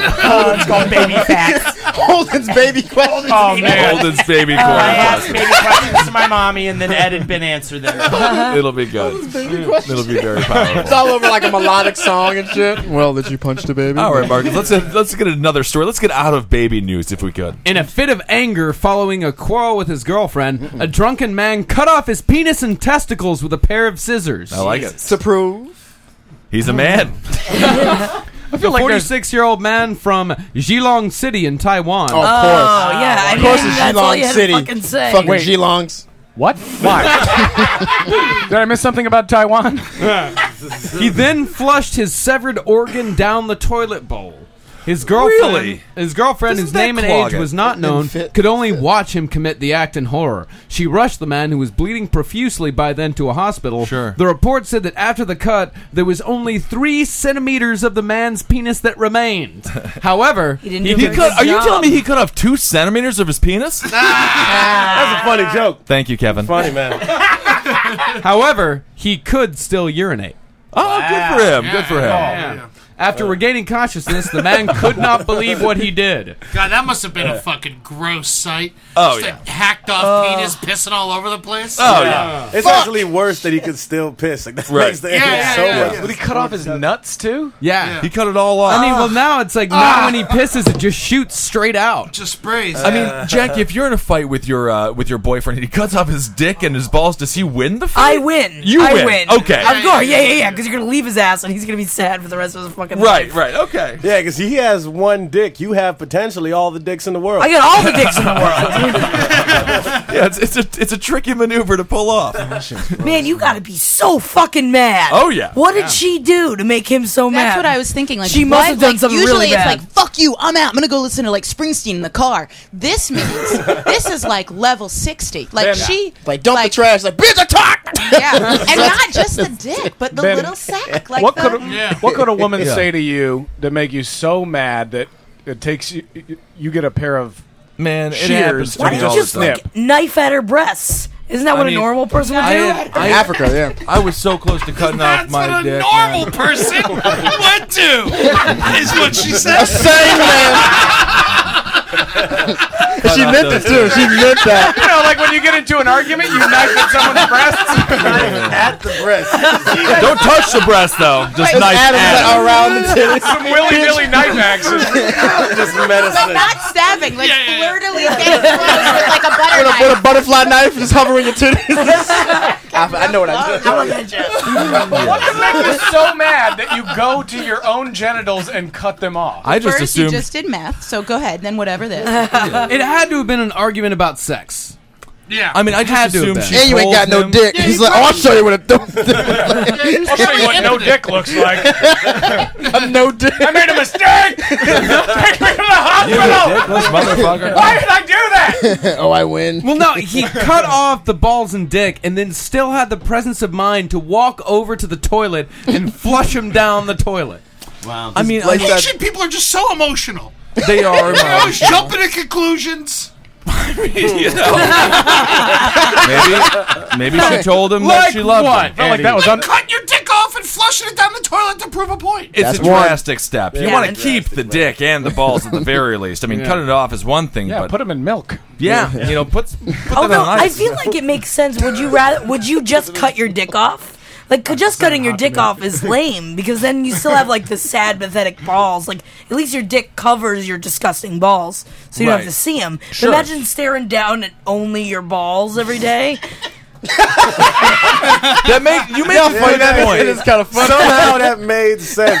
S15: Uh, it's called Baby Facts.
S11: Holden's baby questions.
S15: Oh man,
S9: Holden's baby
S15: Uh, I asked
S9: questions.
S15: baby questions to my mommy, and then Ed had been answered them.
S9: It'll be good. It'll be very
S16: It's
S9: powerful.
S16: all over like a melodic song and shit.
S9: Well, that you punched a baby. All right, Marcus. Let's let's get another story. Let's get out of baby news if we could.
S6: In a fit of anger following a quarrel with his girlfriend, a drunken man cut off his penis and testicles with a pair of scissors.
S9: I like it.
S6: To prove.
S9: He's a man.
S6: I feel
S9: like there's-
S6: 46 year old man from Geelong City in Taiwan.
S16: Oh, of Oh, course.
S8: yeah, I Of
S16: course mean, it's that's all Geelong you had to City. fucking say. Fucking Wait.
S7: Geelongs. What? Why? Did I miss something about Taiwan?
S6: he then flushed his severed organ down the toilet bowl. His girlfriend,
S9: Really?
S6: his girlfriend,
S9: Doesn't
S6: whose
S9: that
S6: name and
S9: clog
S6: age
S9: it?
S6: was not
S9: It
S6: known,
S9: didn't fit-
S6: could only watch him commit the act in horror. She rushed the man, who was bleeding profusely by then, to a hospital. Sure. The report said that after the cut, there was only three centimeters of the man's penis that remained. However, he
S9: He cut, are you telling me he cut off two centimeters of his penis? That's a funny joke. Thank you, Kevin.
S10: Funny man.
S6: However, he could still urinate.
S9: Oh, good for him. Good for him.
S6: After regaining consciousness, Oh, the man could not believe what he did.
S12: God, that must have been a fucking gross sight.
S6: Oh,
S12: Just
S6: yeah.
S12: a hacked off
S6: Uh,
S12: penis pissing all over the place.
S10: It's
S12: Fuck.
S10: actually worse that he could still piss. Like that
S9: Oh, Right.
S10: makes the
S12: Yeah,
S10: image
S12: yeah,
S10: so
S12: yeah.
S10: much.
S12: Would he
S7: cut off his nuts too?
S6: Yeah.
S9: He cut it all off.
S10: Ah.
S6: I mean, well, now it's like now when he pisses, it just shoots straight out.
S12: Just sprays.
S9: I mean, Jack, if you're in a fight with your uh, with your boyfriend and he cuts off his dick and his balls, does he win the fight?
S8: I win.
S9: You
S8: I
S9: win.
S8: win.
S9: Okay.
S8: Of course. Yeah, yeah, yeah. Because you're gonna leave his ass, and he's gonna be sad for the rest of his fucking life.
S9: right. Okay.
S10: Yeah, because he has one dick. You have potentially all the dicks in the world.
S8: I got all the dicks in the
S9: yeah, it's, it's a it's a tricky maneuver to pull off.
S8: Man, you gotta be so fucking mad.
S9: Oh, yeah.
S8: What did
S9: Yeah.
S8: she do to make him so mad?
S13: That's what I was thinking. Like
S8: she must
S13: what?
S8: have done
S13: Like,
S8: something
S13: Usually
S8: really
S13: it's
S8: bad.
S13: like fuck you, I'm out. I'm gonna go listen to like Springsteen in the car. This means this is like level sixty. Like
S16: Yeah.
S13: she
S16: Like dump the trash. Like bitch, I talk.
S13: yeah, and not just the dick, but the
S7: Ben,
S13: little sack. Like
S7: what
S13: the,
S7: could a, what could a woman
S9: Yeah.
S7: say to you to make you so mad that it takes you you get a pair of
S9: man
S8: it
S7: shears
S8: happens to Why me don't all you the just, time. like, knife at her breasts. Isn't that
S7: I
S8: what
S7: mean,
S8: a normal person would
S7: I-
S8: do?
S7: I-
S9: Africa, yeah. I was so close to cutting off my dick. Normal
S12: person would do is what she said.
S2: A sane man.
S7: She meant it too. She meant that. you know, like when you get into an argument, you knife at someone's breasts.
S10: at the breast.
S9: Don't touch the breast though. Just
S10: It's
S9: nice
S10: Adam
S9: ass.
S10: cut around the titties.
S7: Some willy nilly knife action.
S10: Just
S13: But not stabbing, like flirtily getting close with like a butter
S16: With a,
S13: knife.
S16: with a butterfly knife just hovering your titties. I, I know what I'm doing.
S7: What the make you so mad that you go to your own genitals and cut them off?
S9: I
S13: First, you just did math, so go ahead. Then whatever this. uh,
S6: it had to have been an argument about sex.
S12: Yeah.
S9: I mean, I just
S12: Had to have
S9: assume
S12: been.
S9: she
S16: And you ain't
S9: told
S16: got no
S9: him-
S16: dick.
S12: Yeah,
S16: he's
S12: he
S16: like, oh, I'll
S12: probably-
S16: show you what a dump.
S12: I'll show you what no dick looks like.
S16: a no dick.
S12: I made a mistake. Take me to the
S9: dickless motherfucker.
S12: Why did I do that?
S16: oh, I win.
S6: Well, no, he cut off the balls and dick, and then still had the presence of mind to walk over to the toilet and flush him down the toilet.
S15: Wow.
S6: I mean, I-
S12: Asian people are just so emotional.
S6: they are. uh,
S12: They're always
S6: emotional.
S12: jumping to conclusions.
S9: you know. maybe, maybe she told him that she loved him. Andy.
S12: Cut your dick off and flushing it down the toilet to prove a point.
S9: It's a drastic step. You
S12: Yeah,
S9: want
S12: that's
S9: to keep the dick and the balls at the very least. I mean,
S7: Yeah.
S9: cut it off is one thing,
S7: Yeah,
S9: but
S7: put them in milk.
S9: yeah, you know, put, put that
S8: Although
S9: on ice.
S8: I feel like it makes sense. Would you rather? Would you just cut your dick off? Like c- just cutting your dick off is lame because then you still have like the sad, pathetic balls. Like at least your dick covers your disgusting balls, so you don't
S12: Right.
S8: have to see them.
S12: Sure.
S8: Imagine staring down at only your balls every day.
S9: that make you make
S10: Yeah,
S9: a funny
S10: that is-
S9: point.
S10: it is kinda funny. Somehow that made sense.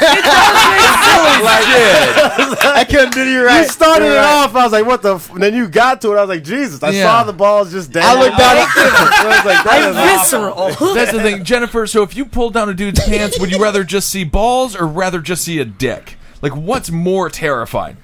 S9: I
S10: couldn't do you
S16: right.
S10: You started
S16: You're
S10: it
S16: right.
S10: off. I was like, "What the?" F-? And then you got to it. I was like, "Jesus!" I
S9: Yeah.
S10: saw the balls just down.
S9: I looked down.
S10: I was like, that is
S9: visceral. That's the thing, Jennifer. So if you pull down a dude's pants, would you rather just see balls or rather just see a dick? Like, what's more terrifying?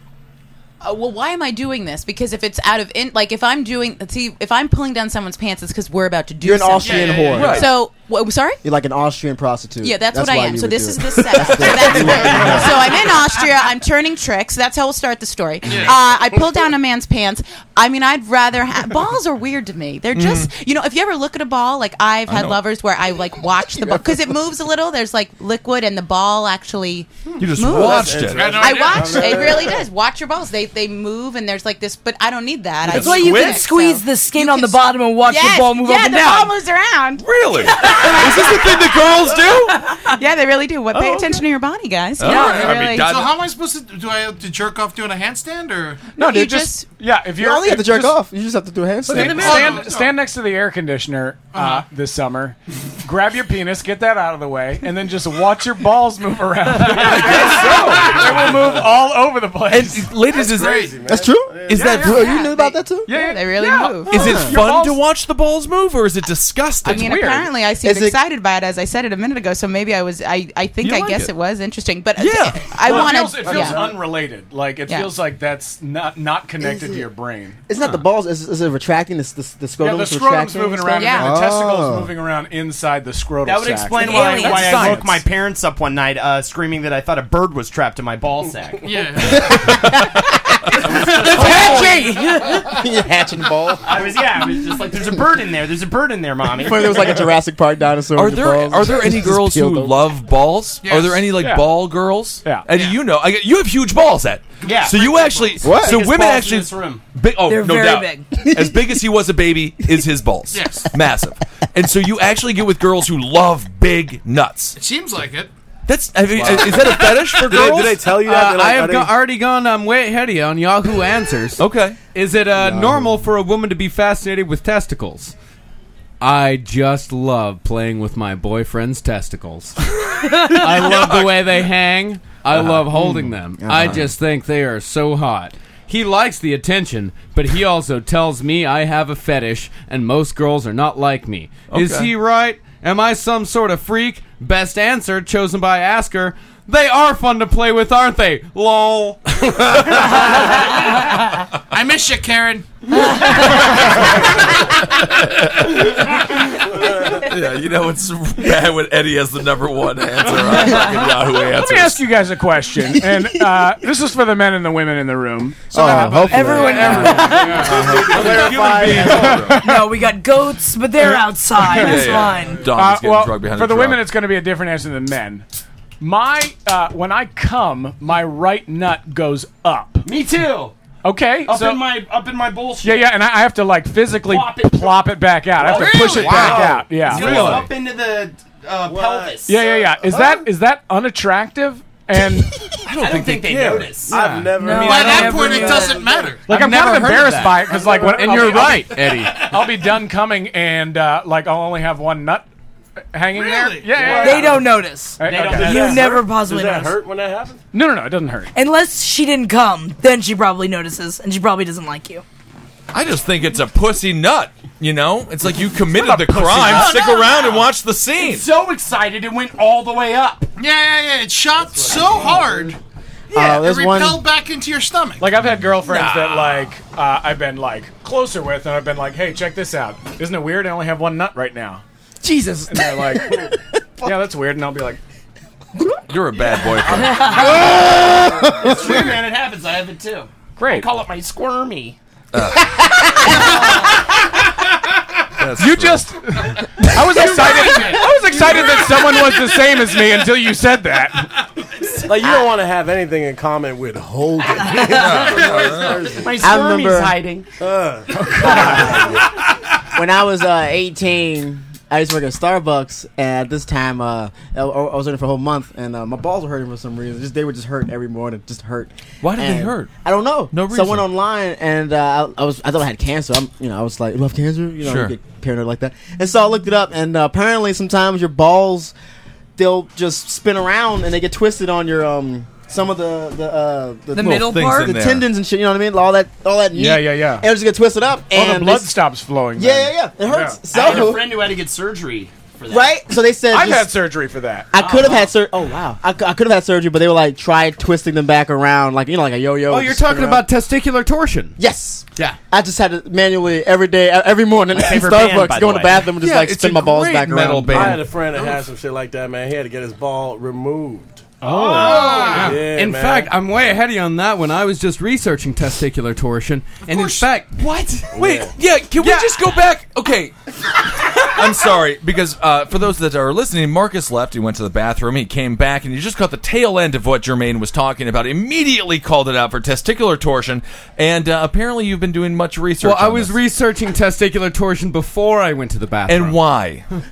S13: Uh, well, why am I doing this? Because if it's out of in, like if I'm doing, see, if I'm pulling down someone's pants, it's because we're about to do.
S11: You're an
S13: something.
S11: Austrian Yeah, yeah, yeah. whore. Right.
S13: So, wha- sorry.
S11: You're like an Austrian prostitute.
S13: Yeah, that's, what
S11: why
S13: I am.
S11: you
S13: So
S11: would
S13: this
S11: do
S13: is the
S11: it.
S13: setup. so, that's so I'm in Austria. I'm turning tricks. That's how we'll start the story.
S11: Yeah.
S13: Uh, I pull down a man's pants. I mean, I'd rather ha- balls are weird to me. They're just you know, if you ever look at a ball, like I've
S9: I
S13: had
S9: know.
S13: lovers where I like watch the ball because it moves a little. There's like liquid, and the ball actually
S8: Hmm.
S9: You just
S13: moves.
S9: watched it.
S12: I had no
S13: I
S12: idea.
S13: watched. It really does. Watch your balls. They they move, and there's like this. But I don't need that.
S8: That's
S13: I
S8: why you can
S13: Squid?
S8: squeeze the skin on the bottom and watch
S13: Yes,
S8: the ball move
S13: yeah,
S8: up and
S13: the
S8: down.
S13: ball moves around.
S9: Really? Is this the thing that girls do?
S13: yeah, they really do. What? Pay attention to your body, guys.
S9: Oh,
S13: yeah,
S9: I
S13: they
S9: mean,
S13: really.
S9: God-
S12: So how am I supposed to? Do I have to jerk off doing a handstand or
S7: No,
S12: you
S7: dude, just, yeah. If
S12: You
S7: you're
S12: only have
S7: if
S12: to jerk
S7: just-
S12: off.
S16: You just have to do a handstand.
S7: Stand, stand, stand next to the air conditioner uh,
S12: Uh-huh.
S7: this summer. Grab your penis, get that out of the way, and then just watch your balls move around. they will move all over the place.
S9: And ladies, is
S16: That's true.
S9: Is that
S16: Bro, you knew about that too?
S7: Yeah,
S13: they really move.
S9: Is it fun to watch the balls move, or is it disgusting?
S13: I mean, apparently I seemed excited by it as I said it a minute ago. So maybe I was. I, I think
S7: You
S13: I
S7: like
S13: guess
S7: it.
S13: it. was interesting, but
S7: Yeah.
S13: I
S7: Well,
S13: want
S7: It feels,
S13: to.
S7: it feels
S13: yeah.
S7: unrelated. Like it
S13: Yeah.
S7: feels like that's not not connected
S16: Is
S7: to
S16: it-
S7: your brain.
S16: It's not the balls. Is, is it retracting? It's the, the
S7: Yeah,
S16: scrotum.
S7: the scrotum's moving around, and then the testicles
S16: Oh.
S7: moving around inside the scrotum.
S15: That would
S7: sac.
S15: explain why, why I woke my parents up one night uh, screaming that I thought a bird was trapped in my ball sack.
S12: Yeah.
S16: You're hatching ball.
S15: I was yeah. I was just like, there's a bird in there. There's a bird in there, mommy.
S16: But there was like a Jurassic Park dinosaur.
S9: Are
S16: with your
S9: there
S16: balls.
S9: are there any
S16: Just
S9: girls
S16: peeled
S9: who
S16: them.
S9: love balls?
S16: Yes.
S9: Are there any like
S16: Yeah.
S9: ball girls?
S7: Yeah.
S9: And you know, I, you have huge balls, Ed.
S15: Yeah.
S9: So you actually,
S15: What?
S9: so
S15: Biggest
S9: women
S15: balls in
S9: actually,
S15: this room.
S9: Big, oh,
S15: They're
S9: no
S15: very
S9: doubt.
S15: big.
S9: as big as he was a baby is his balls.
S12: Yes.
S9: Massive. And so you actually get with girls who love big nuts.
S12: It seems like it.
S9: That's have you- is that a fetish for girls?
S6: Uh, I have go- already gone. I'm way ahead of you on Yahoo Answers.
S9: okay.
S6: Is it uh, normal for a woman to be fascinated with testicles? I just love playing with my boyfriend's testicles. I love the way they hang. I
S7: Uh-huh.
S6: love holding
S7: Mm.
S6: them.
S7: Uh-huh.
S6: I just think they are so hot. He likes the attention, but he also tells me I have a fetish and most girls are not like me. Is
S7: Okay.
S6: he right? Am I some sort of freak? Best answer chosen by asker. They are fun to play with, aren't they? Lol.
S12: I miss you, Karen.
S9: yeah, you know it's bad when Eddie has the number one answer on fucking Yahoo
S7: Let me ask you guys a question, and uh, this is for the men and the women in the room. So
S16: Oh,
S7: how about
S16: hopefully.
S7: everyone, everyone.
S8: no, we got goats, but they're outside. That's fine.
S7: Uh, well,
S9: behind the
S7: for the
S9: truck.
S7: women, it's going to be a different answer than men. My uh, when I come, my right nut goes up.
S15: Me too.
S7: Okay,
S15: Up
S7: so
S15: in my up in my bullshit.
S7: yeah, yeah, and I, I have to like physically plop it, back out. I have to push it back out. Yeah,
S15: Up into the uh, pelvis.
S7: Yeah, yeah, yeah. Is that is that unattractive? And
S15: I don't, think, they
S7: care.
S15: notice.
S10: I've never.
S7: No,
S12: By
S7: I don't
S12: that
S7: ever
S12: point, it
S7: do
S12: doesn't
S7: that.
S12: matter.
S7: Like
S6: I've
S7: I'm kind
S6: never
S7: of
S6: heard of
S7: embarrassed
S6: that.
S7: by it because like when,
S6: And
S7: I'll
S6: you're
S7: be- I'll
S6: right,
S7: be-
S6: Eddie.
S7: I'll be done coming and uh, like I'll only have one nut hanging there. Yeah, yeah,
S8: They don't notice.
S7: They
S8: You
S7: don't notice. Does that
S8: never
S7: hurt?
S8: possibly
S7: Does that
S8: notice.
S7: hurt
S10: when that happens?
S7: No, no, no, it doesn't hurt.
S8: Unless she didn't come, then she probably notices, and she probably doesn't like you.
S9: I just think it's a pussy nut. You know, it's like you committed
S7: not a
S9: the
S7: pussy
S9: crime.
S7: nut.
S9: Stick
S7: No, no,
S9: around
S7: no.
S9: and watch the scene.
S7: so excited it went all the way up.
S12: Yeah, yeah, yeah. It shot so hard.
S7: Yeah,
S12: it repelled back into your stomach.
S7: Like I've had girlfriends
S12: Nah.
S7: that like uh, I've been like closer with, and I've been like, "Hey, check this out! Isn't it weird? I only have one nut right now."
S14: Jesus.
S7: And they're like, "Yeah, that's weird," and I'll be like,
S9: "You're a bad boyfriend."
S7: It's true, man.
S12: It happens. I have it too.
S7: Great.
S12: call it my squirmy.
S7: you just. I was excited. I was excited that someone was the same as me until you said that.
S10: Like you don't want to have anything in common with Hogan.
S16: My
S11: I remember-
S16: spermie's hiding.
S10: Uh.
S11: when I was uh, 18, I used to work at Starbucks, and at this time, uh, I, I was in it for a whole month, and uh, my balls were hurting for some reason. Just they were just hurt every morning, just hurt.
S9: Why did they
S11: And
S9: hurt?
S11: I don't know.
S9: No
S11: So I
S9: reason.
S11: went online, and uh, I, I was I thought I had cancer. I'm, you know, I was like, you have cancer? You know,
S9: Sure.
S11: you get paranoid like that. And so I looked it up, and uh, apparently, sometimes your balls they'll just spin around and they get twisted on your um. Some of the the uh, the,
S7: The middle
S11: things
S7: part?
S11: the tendons and shit. You know what I mean? All that, all that.
S7: Yeah,
S11: meat,
S7: yeah, yeah.
S11: And it'll just get twisted up, and
S7: All the
S11: they
S7: blood
S11: s-
S7: stops flowing.
S11: Yeah,
S7: then.
S11: yeah, yeah. It hurts.
S15: I had a
S11: So,
S15: friend who had to get surgery for that.
S11: right? So they said
S7: I've
S11: just-
S7: had surgery for that.
S11: I could have had surgery. Oh wow, I, cou- I could have had surgery, but they were like try twisting them back around, like you know, like a yo-yo.
S6: Oh, you're
S11: just spin
S6: talking
S11: around.
S6: about testicular torsion.
S11: yes.
S6: Yeah.
S11: I just had to manually every day, uh, every morning at
S6: Favorite
S11: Starbucks,
S6: band, by
S11: go
S6: the
S11: in the
S6: way.
S11: bathroom and just
S6: Yeah,
S11: like
S6: it's
S11: spin
S6: a
S11: my balls
S6: great
S11: back
S6: metal
S11: around.
S6: band.
S10: I had a friend that had some shit like that, man. He had to get his ball removed. Ah.
S6: Oh.
S10: yeah,
S6: in
S10: man.
S6: fact, I'm way ahead of you on that one. I was just researching testicular torsion, and in fact,
S9: what? Wait, yeah, can we just go back? Okay. I'm sorry, because uh, for those that are listening, Marcus left. He went to the bathroom. He came back, and he just caught the tail end of what Jermaine was talking about. Immediately called it out for testicular torsion, and uh, apparently you've been doing much research.
S6: Well, I
S9: on
S6: was
S9: this.
S6: researching testicular torsion before I went to the bathroom.
S9: And why?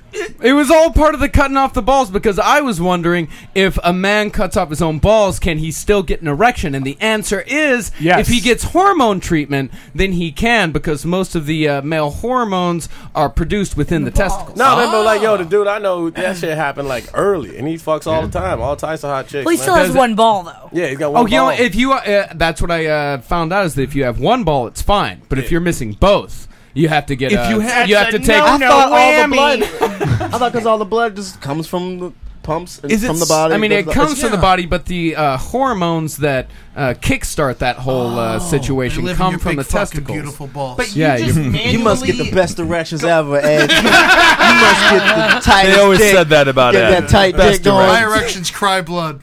S6: It was all part of the cutting off the balls because I was wondering if a man cuts off his own balls, can he still get an erection? And the answer is
S7: Yes.
S6: if he gets hormone treatment, then he can because most of the uh, male hormones are produced within the, testicles.
S10: No, they but
S7: Ah.
S10: like, yo, the dude I know, that shit happened like early, and he fucks all the time, all types of hot chicks.
S8: Well, he
S10: man.
S8: still has one ball though.
S10: Yeah, he's got one.
S6: Oh, you
S10: ball.
S6: know, if you uh, that's what I uh, found out is that if you have one ball, it's fine. But if you're missing both, you have to get.
S11: If
S6: uh,
S11: you had-
S6: you have
S11: That's
S6: to
S11: a
S6: take.
S11: no-no I thought all the whammy. I thought because all the blood just comes from the pumps and
S6: Is it
S11: from the
S6: s-
S11: body.
S6: I mean, it
S11: It's-
S6: comes from the
S11: yeah.
S6: body, but the uh, hormones that uh, kickstart that whole uh, situation
S12: live in
S6: come
S12: your
S6: from
S12: big
S6: the
S12: fucking
S6: testicles.
S12: beautiful balls.
S6: But you Yeah, just you-
S11: You must get the
S6: manually-
S11: best erections ever, Ed. you must get the tightest.
S9: They always
S11: dick.
S9: said that about
S11: Get
S9: Ed.
S11: that tight
S9: Best
S11: dick going.
S12: My erections cry blood.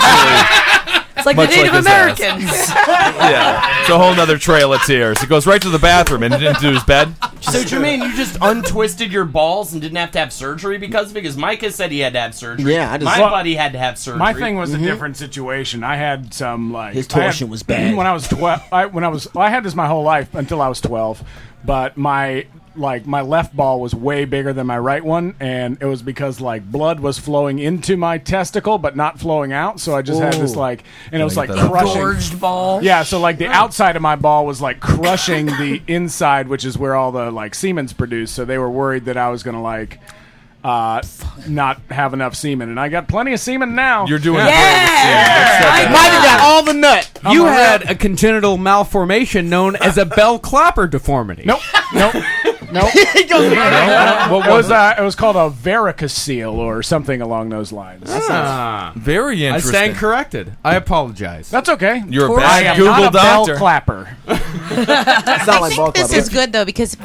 S8: It's like
S9: Much
S8: the Native
S9: like his ass.
S8: Americans.
S9: yeah, it's a whole nother trail of tears. It goes right to the bathroom and into his bed.
S15: Oh. So Jermaine, you just untwisted your balls and didn't have to have surgery because because Micah said he had to have surgery.
S7: Yeah, I just-
S15: my
S7: Well,
S15: buddy had to have surgery.
S7: My thing
S11: Mm-hmm.
S7: was a different situation. I had some like
S11: His
S7: I had-
S11: torsion was bad.
S7: when I was twelve. I, when I was well, I had this my whole life until I was twelve, but my like my left ball was way bigger than my right one, and it was because like blood was flowing into my testicle but not flowing out. So I just had this
S8: Whoa.
S7: like, and it was like
S8: Gotta get that out.
S7: crushing
S8: Gorged
S15: Oh.
S8: ball.
S7: Yeah, so like the outside of my ball was like crushing the inside, which is where all the like semen's produced. So they were worried that I was gonna like. Uh, not have enough semen, and I got plenty of semen now.
S9: You're doing
S7: yeah.
S6: Yeah.
S7: Might have
S11: got all the nut.
S6: You had a congenital malformation known as a Bell Clapper deformity. Nope.
S7: Nope.
S6: goes-
S7: Nope.
S6: What
S7: It
S6: was
S7: was uh, it was called a varicocele or something along those lines.
S6: Ah.
S9: Very
S6: I stand corrected. I apologize.
S7: That's okay.
S6: You're a
S7: Of course.
S6: bad
S7: I am
S6: Google
S7: not a bell
S6: doctor.
S7: clapper.
S11: like
S13: I think this is good though because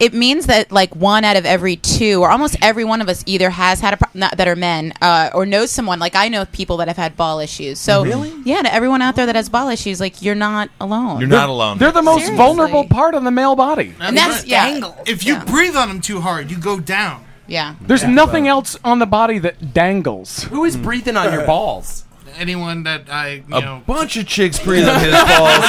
S13: it means that like one out of every two or almost every one of us either has had a pro- not, that are men uh, or knows someone like I know people that have had ball issues. So
S7: Really?
S13: yeah, to everyone out there that has ball issues, like you're not alone.
S7: They're the most
S13: Seriously.
S7: vulnerable part of the male body.
S13: And that's yeah.
S12: If you breathe on them too hard, you go down.
S13: Yeah.
S7: There's nothing else on the body that dangles.
S15: Who
S10: Mm.
S15: is breathing on your balls?
S12: Anyone that I you know
S9: A bunch of chicks breathe on his balls,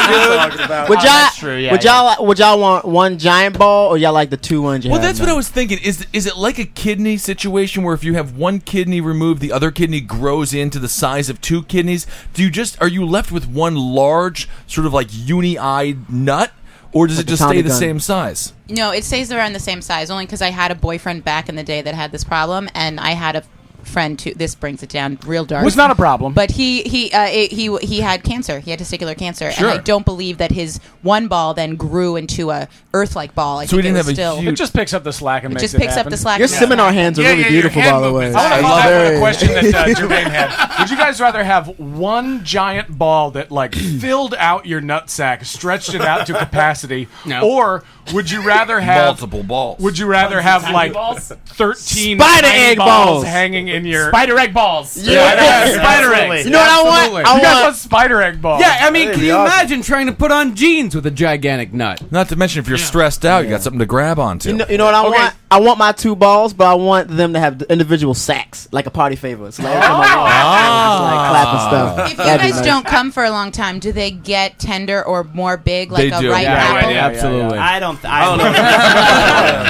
S9: dude.
S11: Would y'all,
S9: yeah,
S11: would y'all, would y'all want one giant ball or y'all like the two ones you
S9: Well,
S11: have
S9: that's what I was thinking. Is is it like a kidney situation where if you have one kidney removed, the other kidney grows into the size of two kidneys? Do you just are you left with one large sort of like uni-eyed nut, or does
S11: Like
S9: it
S11: a
S9: just stay
S11: Tommy
S9: the
S11: gun.
S9: same size?
S13: No, it stays around the same size only because I had a boyfriend back in the day that had this problem, and I had a friend too. This brings it down real dark.
S7: Was not a problem.
S13: But he he uh, it, he he had cancer. He had testicular cancer,
S7: Sure.
S13: and I don't believe that his one ball then grew into a Earth-like ball. I
S7: So
S13: think
S7: we didn't
S13: it
S7: have
S13: was
S7: a
S13: still
S7: huge- It just picks up the slack and
S13: it
S7: makes
S13: just
S7: it
S13: picks up
S7: happen.
S13: the slack.
S11: Your seminar hands are
S7: Yeah,
S11: really
S7: yeah, your
S11: beautiful,
S7: hand
S11: by the way.
S7: movements. I want to follow
S11: love
S7: that with
S11: it.
S7: a question that uh, Jermaine had. Would you guys rather have one giant ball that like filled out your nutsack, stretched it out to capacity, or would you rather have
S9: Multiple balls.
S7: Would you rather
S9: Tons of
S7: have
S9: tiny
S7: like
S9: balls?
S7: thirteen
S9: Spider
S7: tiny
S9: egg balls.
S7: hanging in your
S9: Spider egg balls.
S7: Yeah,
S9: Yeah,
S7: spider
S9: absolutely.
S7: eggs.
S9: You know what I want?
S7: Absolutely.
S9: I
S7: you guys
S9: want-
S7: want spider egg balls.
S6: Yeah, I mean, can you imagine trying to put on jeans with a gigantic nut?
S9: Not to mention, if you're stressed out, you got something to grab onto.
S11: You know, you know what I want? I want my two balls, but I want them to have d- individual sacks, like a party favor. It's like, oh. like,
S2: Ah.
S11: clapping stuff.
S13: If you
S11: That'd be
S13: guys
S11: nice.
S13: don't come for a long time, do they get tender or more big, like
S11: They
S13: a
S11: do.
S13: right
S11: Yeah,
S13: apple?
S11: yeah, yeah, Absolutely. yeah.
S15: I don't. Th- I don't know.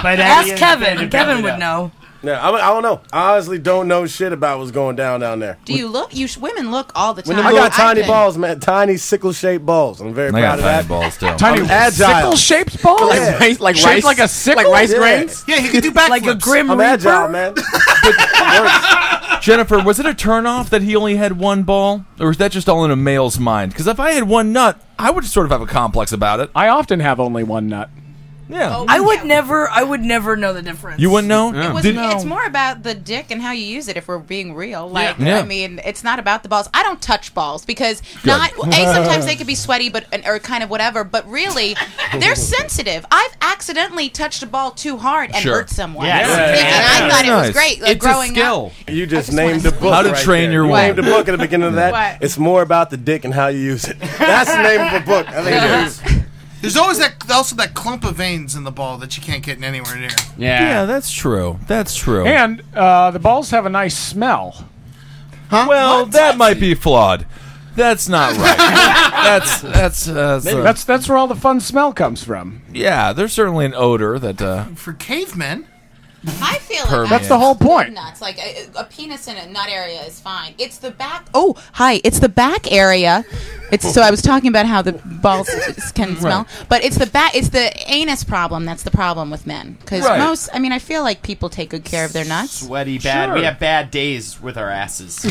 S8: But
S10: Ask
S8: ask Kevin. Kevin would know.
S10: Yeah, I, I don't know. I honestly don't know shit about what's going down down there.
S13: Do you look? You sh- women look all the time.
S10: When them- I got tiny
S13: think-
S10: balls, man. Tiny sickle shaped balls. I'm very
S9: I
S10: proud
S9: got
S10: of
S9: tiny
S10: that.
S9: balls too.
S10: Tiny I'm agile.
S7: shaped balls,
S10: Like rice- like Shaped rice- like a sickle? like rice grains?
S12: Yeah, he can do backflips.
S8: like a grim
S10: I'm agile, man.
S9: Jennifer, was it a turnoff that he only had one ball, or is that just all in a male's mind? Because if I had one nut, I would sort of have a complex about it.
S7: I often have only one nut.
S9: Yeah.
S8: I would never. I would never know the difference.
S9: You wouldn't know.
S13: Oh It was,
S9: Did-
S13: It's more about the dick and how you use it. If we're being real, like
S9: Yeah.
S13: I mean, it's not about the balls. I don't touch balls because
S9: Good.
S13: not a sometimes they could be sweaty, but and- or kind of whatever. But really, they're sensitive. I've accidentally touched a ball too hard and
S10: Sure.
S13: hurt someone.
S10: Yeah.
S13: Thinking
S10: Yeah.
S13: I thought it was
S10: Nice.
S13: great. Like, growing up,
S10: You just, named the
S9: see-
S10: book.
S9: How to
S10: right
S9: Train
S10: there.
S9: Your
S10: you
S9: Wife.
S10: named a book at the beginning of that.
S12: What?
S10: It's more about the dick and how you use it. That's the name of a book. I think it is.
S12: There's always that also that clump of veins in the ball that you can't get in anywhere near.
S9: Yeah, that's true. That's true.
S7: And uh, the balls have a nice smell.
S9: Well, that might be flawed. That's not right. that's that's uh, that's, uh,
S7: that's that's where all the fun smell comes from.
S9: yeah. There's certainly an odor that. Uh,
S12: For cavemen,
S13: I feel
S9: Perv.
S13: like
S9: That's the whole point.
S13: Nuts, like a, a penis in a nut area is fine. It's the back. Oh, hi. It's the back area. It's so I was talking about how the balls s- can smell, but it's the back. It's the anus problem. That's the problem with men because
S15: Right.
S13: most. I mean, I feel like people take good care of their nuts.
S15: Sweaty bad. We
S13: Sure.
S15: have bad days with our asses.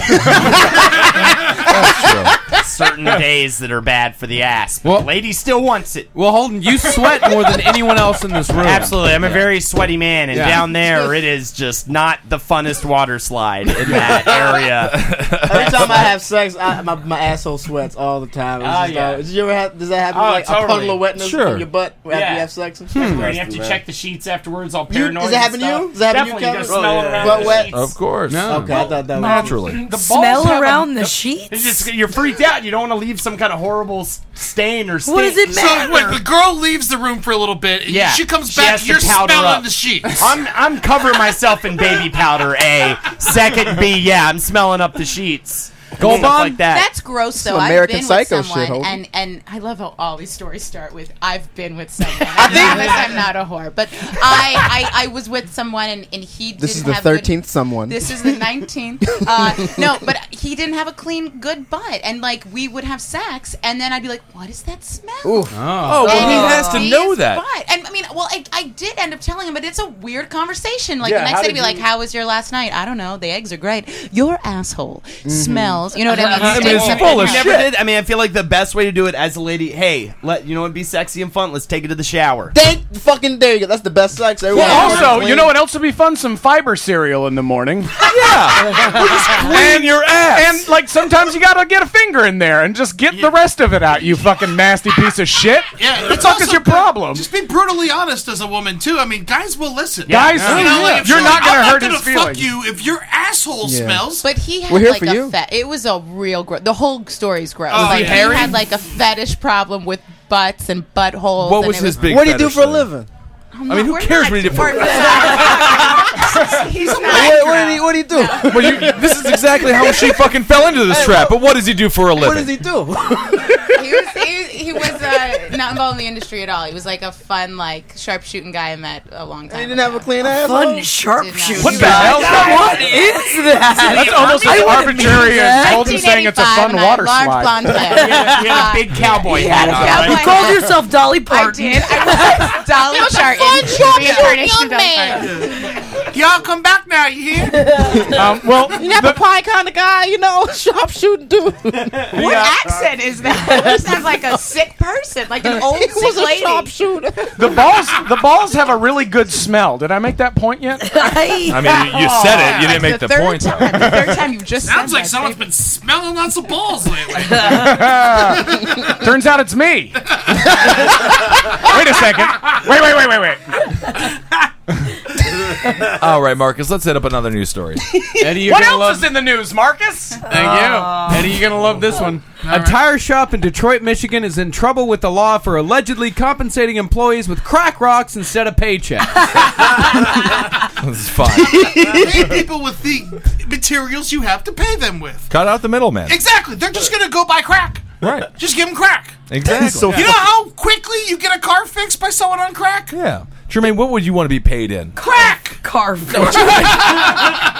S15: Certain days that are bad for the ass. But the lady still wants it.
S6: Well, Holden, you sweat more than anyone else in this room.
S15: Absolutely, I'm a
S6: Yeah.
S15: very sweaty man, and
S6: Yeah.
S15: down there it is just not the funnest water slide in that area.
S11: Every time I have sex, I, my, my asshole sweats all the time. It's
S15: Oh,
S11: just
S15: yeah.
S11: all- did you ever have, does that happen?
S17: Oh,
S11: like a
S17: totally.
S11: puddle of wetness
S17: Sure.
S11: in your butt after
S17: Yeah.
S11: you have sex? and
S17: Hmm.
S11: stuff?
S17: Where you have to check the sheets afterwards, all
S11: You-
S17: paranoid.
S11: does that happen to
S17: and
S11: you?
S17: stuff.
S11: Does that happen to you,
S17: Definitely, you gotta
S11: Kevin?
S17: smell
S11: Oh, yeah.
S17: around
S11: Butt
S17: the
S11: wet?
S17: sheets.
S9: of course.
S17: No.
S11: Okay, I thought that was- Naturally.
S17: The balls
S8: Smell
S17: have a-
S8: around the sheets?
S17: It's just, you're freaked out. You don't want to leave some kind of horrible s- stain or stain.
S12: So when the girl leaves the room for a little bit, and
S17: Yeah.
S12: she comes
S17: She
S12: back.
S17: has to
S12: You're
S17: powder
S12: smelling
S17: up.
S12: the sheets.
S15: I'm I'm covering myself in baby powder. A second B, yeah, I'm smelling up the sheets.
S11: Go
S15: Stuff
S11: on.
S15: like that.
S13: That's gross, though.
S11: Some
S13: I've
S11: American
S13: been
S11: Psycho
S13: with someone,
S11: shit, Holden.
S13: and and I love how all these stories start with "I've been with someone." I promise I'm not a whore, but I I, I was with someone, and, and he didn't
S11: This is the
S13: have good-
S11: 13th someone.
S13: This is the nineteenth. Uh, no, but he didn't have a clean good butt, and like we would have sex, and then I'd be like, "What is that smell?"
S9: oh, well,
S13: And
S9: he has
S13: it's
S9: to know
S13: his
S9: that.
S13: butt. And I mean, well, I, I did end up telling him, but it's a weird conversation. Like
S9: Yeah,
S13: the
S9: how
S13: next day,
S9: did
S13: to be like,
S9: you-
S13: "How was your last night?" I don't know. The eggs are great. Your asshole smells. You know what I mean?
S15: I mean,
S13: Steak
S15: it's
S13: and-
S15: full of shit. I mean, I feel like the best way to do it as a lady, hey, let you know what be sexy and fun. Let's take it to the shower.
S11: Thank fucking there you go. That's the best sex. Everyone
S7: Well, also, you know what else would be fun? Some fiber cereal in the morning.
S9: yeah,
S7: we'll just clean
S9: your ass.
S7: And like sometimes you gotta get a finger in there and just get the rest of it out. You fucking nasty piece of shit.
S12: Yeah,
S7: the
S12: it's
S7: fuck is
S12: also-
S7: your problem?
S12: Just be brutally honest as a woman too. I mean, guys will listen.
S7: Guys,
S12: you know,
S7: yeah.
S12: like, if
S7: You're
S12: she's
S7: not
S12: like,
S7: gonna
S12: I'm
S7: hurt
S12: gonna
S7: his
S12: fuck
S7: feelings.
S12: you if your asshole
S7: Yeah.
S12: smells.
S13: But he had
S12: We're here
S13: like
S12: for
S13: a
S12: you.
S13: fe- it was a real gross. The whole story's gross.
S12: Oh,
S13: like
S12: yeah.
S13: he
S12: Harry?
S13: had like a fetish problem with butts and buttholes.
S9: What
S13: and
S9: was
S13: it
S9: his big
S11: What do you do
S9: fetish
S11: for a
S9: then?
S11: living?
S9: I mean, who cares what he did for a living?
S13: He's
S11: what,
S13: not
S11: what, do you, what do you do?
S9: Well, you, this is exactly how she fucking fell into this trap. But what does he do for a living?
S11: What does he do?
S13: he was he, he was uh, not involved in the industry at all. He was like a fun like sharpshooting guy I met a long time.
S11: He didn't have a clean ass.
S13: Fun
S11: sharpshooter.
S7: What the hell?
S11: What is this?
S7: That's almost as arbitrary as Holden saying it's a fun water
S13: large
S7: slide.
S13: blonde hair.
S7: Yeah, yeah.
S13: Uh,
S15: Big cowboy.
S13: he had a
S7: hat.
S13: cowboy
S7: You called
S13: hat.
S8: yourself Dolly Parton.
S13: I did. I was Dolly
S8: He was a
S13: Parton.
S8: fun
S13: the
S8: sharpshooting
S13: reincarnation of
S8: young
S13: Dolly
S8: man.
S13: Parton.
S12: Y'all come back now, you hear?
S7: Um, well,
S12: You're not the
S13: pie kind of guy, you know, sharpshooting dude. what
S7: Yeah.
S13: accent is that? It sounds like a sick person, like an old
S12: He
S13: sick
S12: was a
S13: lady. sharpshooter.
S7: The balls, the balls have a really good smell. Did I make that point yet?
S13: I
S9: mean, you said it, you didn't make the point.
S13: Third time you've just
S12: sounds
S13: said
S12: like
S13: that,
S12: someone's been smelling lots of balls lately.
S7: Turns out it's me. wait a second. Wait, wait, wait, wait, wait.
S9: All right, Marcus, let's hit up another news story.
S6: Eddie, you're
S7: what
S6: gonna
S7: else
S6: love-
S7: is in the news, Marcus?
S6: Thank you. Eddie, you're going to love this one. A tire shop in Detroit, Michigan is in trouble with the law for allegedly compensating employees with crack rocks instead of paychecks.
S9: this is fun.
S12: Pay people with the materials you have to pay them with.
S9: Cut out the middleman.
S12: Exactly. They're just gonna go buy crack.
S9: Right.
S12: Just give them crack.
S9: Exactly.
S12: you know how quickly you get a car fixed by someone on crack?
S9: Yeah. Jermaine, what would you want to be paid in?
S12: Crack. Car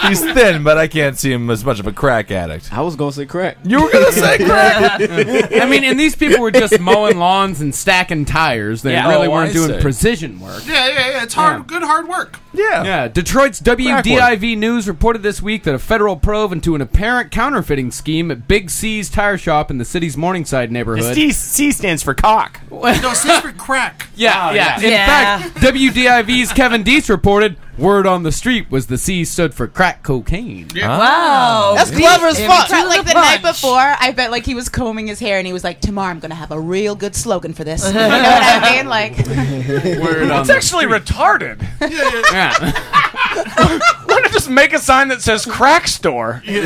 S9: He's thin, but I can't see him as much of a crack addict.
S11: I was going to say crack.
S9: You were going to say crack?
S6: I mean, and these people were just mowing lawns and stacking tires. They
S9: Yeah.
S6: really
S9: Oh,
S6: weren't
S9: I
S6: doing
S9: see.
S6: precision work.
S12: Yeah, yeah, yeah. It's hard, good hard work.
S9: Yeah.
S6: Yeah. Detroit's WDIV News reported this week that a federal probe into an apparent counterfeiting scheme at Big C's tire shop in the city's Morningside neighborhood.
S15: C, C stands for cock. Oh,
S12: no, it's just for crack.
S6: Yeah, yeah. In fact, WDIV's Kevin Deese reported word on the street was the C stood for crack cocaine.
S13: Wow.
S16: That's clever as fuck.
S13: Right, like the night before, I bet like he was combing his hair and he was like, "Tomorrow I'm gonna have a real good slogan for this." You know what I mean? Like,
S6: Word
S7: That's actually retarded.
S6: Yeah.
S7: Why not just make a sign that says crack store?
S11: No,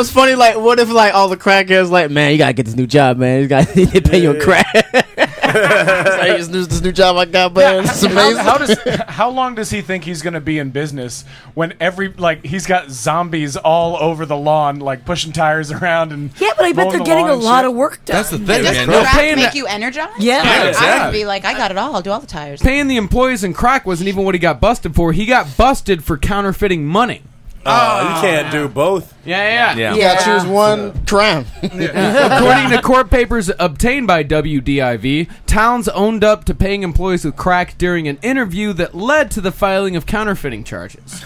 S11: it's funny. Like, what if like all the crackheads like, man, you gotta get this new job, man. You gotta they pay you a crack. It's like, this, this new job I got, man. It's
S7: How,
S11: amazing.
S7: how does how long does he think he's going to be in business when every like he's got zombies all over the lawn like pushing tires around and
S8: Yeah, but I bet
S7: mowing
S8: they're
S7: the
S8: getting
S7: lawn
S8: a
S7: and
S8: lot
S7: shit.
S8: of work done.
S9: That's the
S6: thing,
S13: does
S6: man.
S13: crack
S6: Paying
S13: make
S6: the-
S13: you energized?
S6: Yeah, Yeah,
S13: I
S6: exactly.
S13: would be like, "I got it all. I'll do all the tires."
S6: Paying the employees in crack wasn't even what he got busted for. He got busted for counterfeiting money.
S10: Oh, you can't do both.
S6: Yeah, yeah.
S11: You gotta choose one crime.
S6: According to court papers obtained by WDIV, Towns owned up to paying employees with crack during an interview that led to the filing of counterfeiting charges.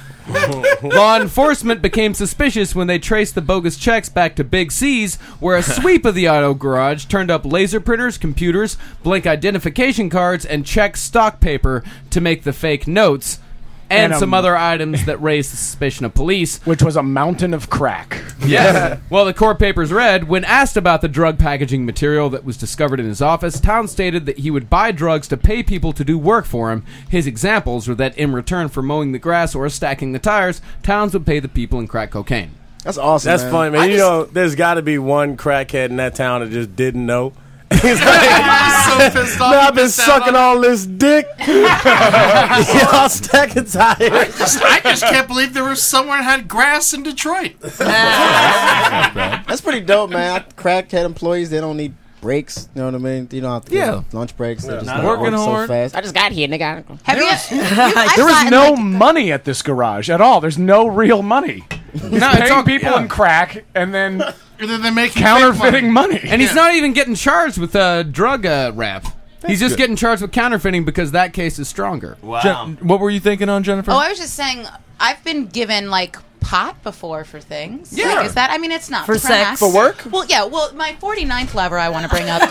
S6: Law enforcement became suspicious when they traced the bogus checks back to Big C's, where a sweep of the auto garage turned up laser printers, computers, blank identification cards, and check stock paper to make the fake notes, and,
S7: And, um,
S6: some other items that raised the suspicion of police.
S7: Which was a mountain of crack.
S6: Yes. well, the court papers read when asked about the drug packaging material that was discovered in his office, Town stated that he would buy drugs to pay people to do work for him. His examples were that in return for mowing the grass or stacking the tires, Towns would pay the people in crack cocaine.
S11: That's awesome.
S10: That's
S11: man.
S10: funny, man.
S11: I
S10: you
S11: just-
S10: know, there's got to be one crackhead in that town that just didn't know.
S12: off
S10: Man,
S12: he
S10: I've been
S12: missed out
S10: sucking all this dick. Y'all stacking
S12: I
S10: tires.
S12: just, I just can't believe there was someone that had grass in Detroit.
S11: That's pretty dope, man. I- Crackhead employees, they don't need breaks. You know what I mean? You don't have to.
S13: Yeah.
S11: Yeah. Lunch breaks. They're just
S7: Not
S11: like,
S7: working
S11: work
S7: hard.
S11: so fast.
S13: I just got here, nigga. Have you? you I
S7: there
S13: saw
S7: was
S13: in,
S7: no
S13: like,
S7: money at this garage at all. There's no real money. He's
S6: it's
S7: paying
S6: all-
S7: people
S6: yeah.
S7: in crack and then
S12: and then they make
S7: counterfeiting money.
S6: And he's not even getting charged with uh, drug uh, rap. he's just
S9: good.
S6: getting charged with counterfeiting because that case is stronger.
S9: Jen- what were you thinking on Jennifer?
S13: Oh, I was just saying, I've been given like pot before for things.
S9: Yeah.
S13: Like, is that? I mean, it's not
S9: For
S13: crack.
S9: sex. For work?
S13: Well, yeah. Well, my 49th lover, I want to bring up. uh,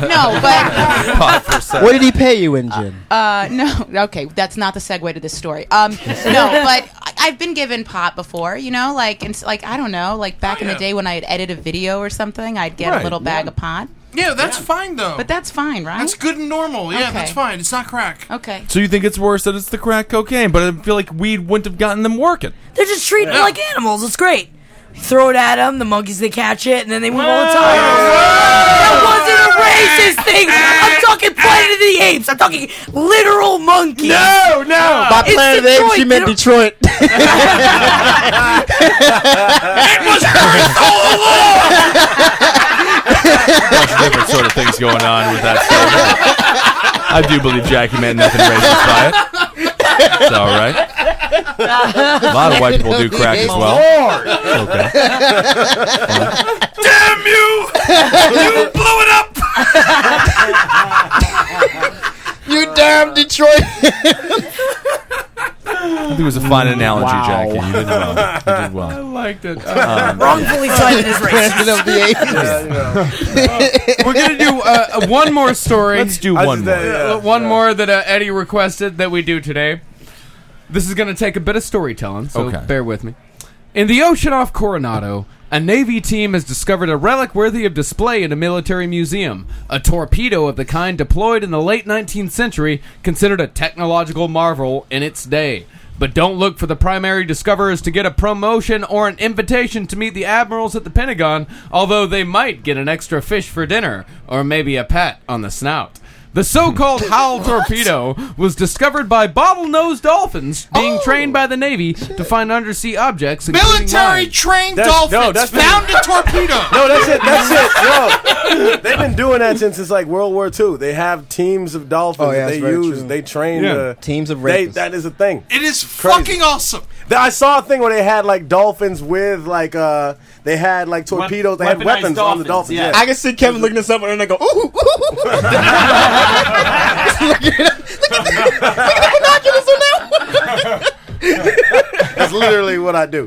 S13: no, but
S11: What did he pay you in, Jen?
S13: uh, no. Okay, that's not the segue to this story. Um, no, but I- I've been given pot before. You know, like and s- like I don't know, like back in the day when I would edit a video or something, I'd get
S12: Oh, Right,
S13: a little bag
S12: yeah.
S13: of pot.
S12: Yeah, that's fine though.
S13: But that's fine, right?
S12: That's good and normal. Yeah,
S13: Okay.
S12: that's fine. It's not crack.
S13: Okay.
S9: so you think it's worse that it's the crack cocaine, but I feel like weed wouldn't have gotten them working.
S8: They're just treating it like animals. It's great. Throw it at them, the monkeys they catch it, and then they move all the time. That wasn't a racist thing. I'm talking Planet of the Apes. I'm talking literal monkeys.
S11: No,
S8: no.
S11: By Planet of the Apes, you meant Detroit.
S9: Bunch of different sort of things going on with that. Story. I do believe Jackie meant nothing racist by it. It's all right. A lot of white people do crack as well. Okay.
S12: Damn you! You blew it up.
S11: you damn Detroit.
S9: think it was a fine analogy,
S2: Wow.
S9: Jackie. You did well. You did well.
S6: I liked it.
S9: Um,
S2: Wrongfully cited as racist.
S6: President of the Asians.
S2: Yeah, you
S6: Uh, We're gonna do uh, one more story.
S9: Let's do I one just- more. yeah,
S6: Uh, one more that uh, Eddie requested that we do today. This is gonna take a bit of storytelling, so
S9: Okay.
S6: bear with me. In the ocean off Coronado, a Navy team has discovered a relic worthy of display in a military museum. A torpedo of the kind deployed in the late 19th century, considered a technological marvel in its day. But don't look for the primary discoverers to get a promotion or an invitation to meet the admirals at the Pentagon, although they might get an extra fish for dinner, or maybe a pat on the snout. The so-called Howell torpedo was discovered by bottlenose dolphins
S16: Oh.
S6: being trained by the Navy to find undersea objects. including
S12: Military
S6: mines.
S12: trained
S6: That's- no,
S12: dolphins
S6: that's-
S12: found a torpedo.
S10: No, that's it. That's it. Yo, they've been doing that since it's like World War II. They have teams of dolphins
S11: Oh, yeah,
S10: that they
S11: that's very
S10: use.
S11: true.
S10: They train
S11: Yeah.
S10: the
S11: Teams of
S10: they-
S11: rapists.
S10: That is a thing.
S12: It is
S10: Crazy.
S12: fucking awesome.
S10: Th- I saw a thing where they had like dolphins with like uh they had like torpedoes. They had
S16: weaponized
S10: weapons on the dolphins. Yeah.
S16: I can see Kevin looking at someone and I go, ooh, ooh, ooh. look at that. Look at the binoculars on that
S10: that's literally what I do.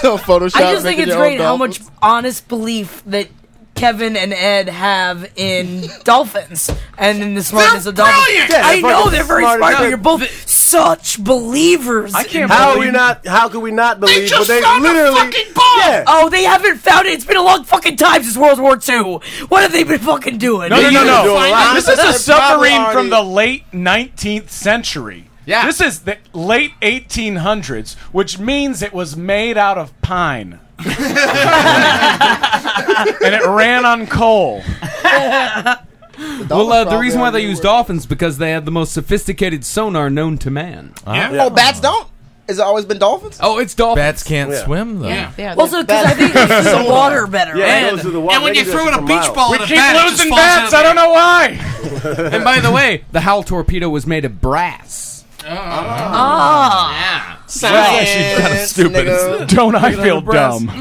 S16: so Photoshop.
S8: I just think it's great how much honest belief that Kevin and Ed have in dolphins and in the smartness of dolphins.
S2: brilliant! Yeah,
S8: I
S2: they're
S8: know
S2: fucking
S8: they're very
S2: smart as
S8: smart, but
S2: hell.
S8: you're both such believers.
S10: I
S8: in
S10: can't. How
S8: dolphins.
S10: we not? How could we not believe?
S8: They just
S10: but they
S8: found a
S10: literally
S8: fucking bomb!
S10: Yeah.
S8: Oh, they haven't found it. It's been a long fucking time since World War II. What have they been fucking doing?
S7: No, no, no, no. This is a submarine from the late 19th century. Yeah. This is the late 1800s, which means it was made out of pine. and it ran on coal.
S6: Well, uh, the
S16: probably
S6: reason why
S16: on
S6: they use dolphins because they have the most sophisticated sonar known to man.
S16: Oh, bats don't? Has it always been dolphins?
S6: Oh, it's dolphins.
S9: Bats can't swim though.
S16: yeah.
S8: Also, because I think it's the water better,
S16: Yeah,
S8: right?
S16: it goes through the water. And when They you do throw that in a for beach miles. ball
S7: We
S16: at a
S7: keep
S16: bat, it just
S7: losing
S16: falls out
S7: bats.
S16: of
S7: I don't know why.
S6: and by the way, the Hal torpedo was made of brass.
S8: Ah.
S7: Don't I feel dumb?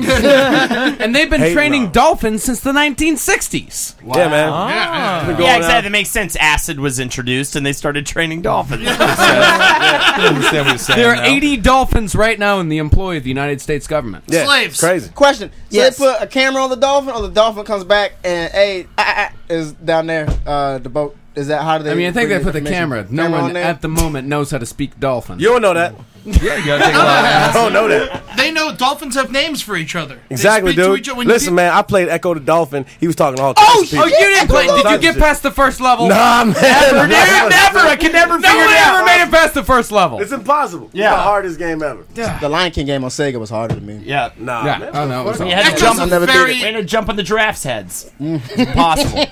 S6: and they've been
S7: Hating
S6: training dolphins since the 1960s.
S15: Yeah, man.
S6: Ah.
S15: Yeah, exactly. That makes sense. Acid was introduced, and they started training dolphins.
S9: I understand what you're saying.
S6: There are
S9: now.
S6: 80 dolphins right now in the employ of the United States government.
S16: Yeah, Slaves.
S10: Crazy.
S16: Question. So
S6: Yes.
S16: they put a camera on the dolphin, or the dolphin comes back and hey, ah, ah, is down there uh, the boat. Is that how do they?
S6: I mean, I think
S16: bring
S6: they put the
S16: information?
S6: camera. No
S16: on
S6: one
S16: there?
S6: at the moment knows how to speak dolphin.
S10: You don't know that.
S6: Yeah, you gotta take a lot of
S2: Oh,
S10: I don't know that.
S12: They know dolphins have names for each other. They
S10: Exactly,
S12: speak to each
S10: dude.
S12: other when you
S10: Listen,
S12: get-
S10: man, I played Echo the Dolphin. He was talking all.
S12: Oh,
S10: kinds of
S12: oh,
S10: people.
S12: you didn't play-
S6: Did you get past the first level?
S10: Nah, man.
S6: Never, dude, never.
S10: I can never
S6: No one ever made it past the first level.
S10: It's impossible. Yeah,
S16: Yeah.
S10: the hardest game ever.
S16: The Lion King game on Sega was harder than me.
S15: Yeah,
S10: nah.
S6: Yeah, I know.
S16: was
S15: You
S16: all-
S15: had
S16: That
S15: to jump
S16: was
S15: on
S16: a
S15: the
S16: very-
S15: very. to jump on the giraffe's heads. It's impossible.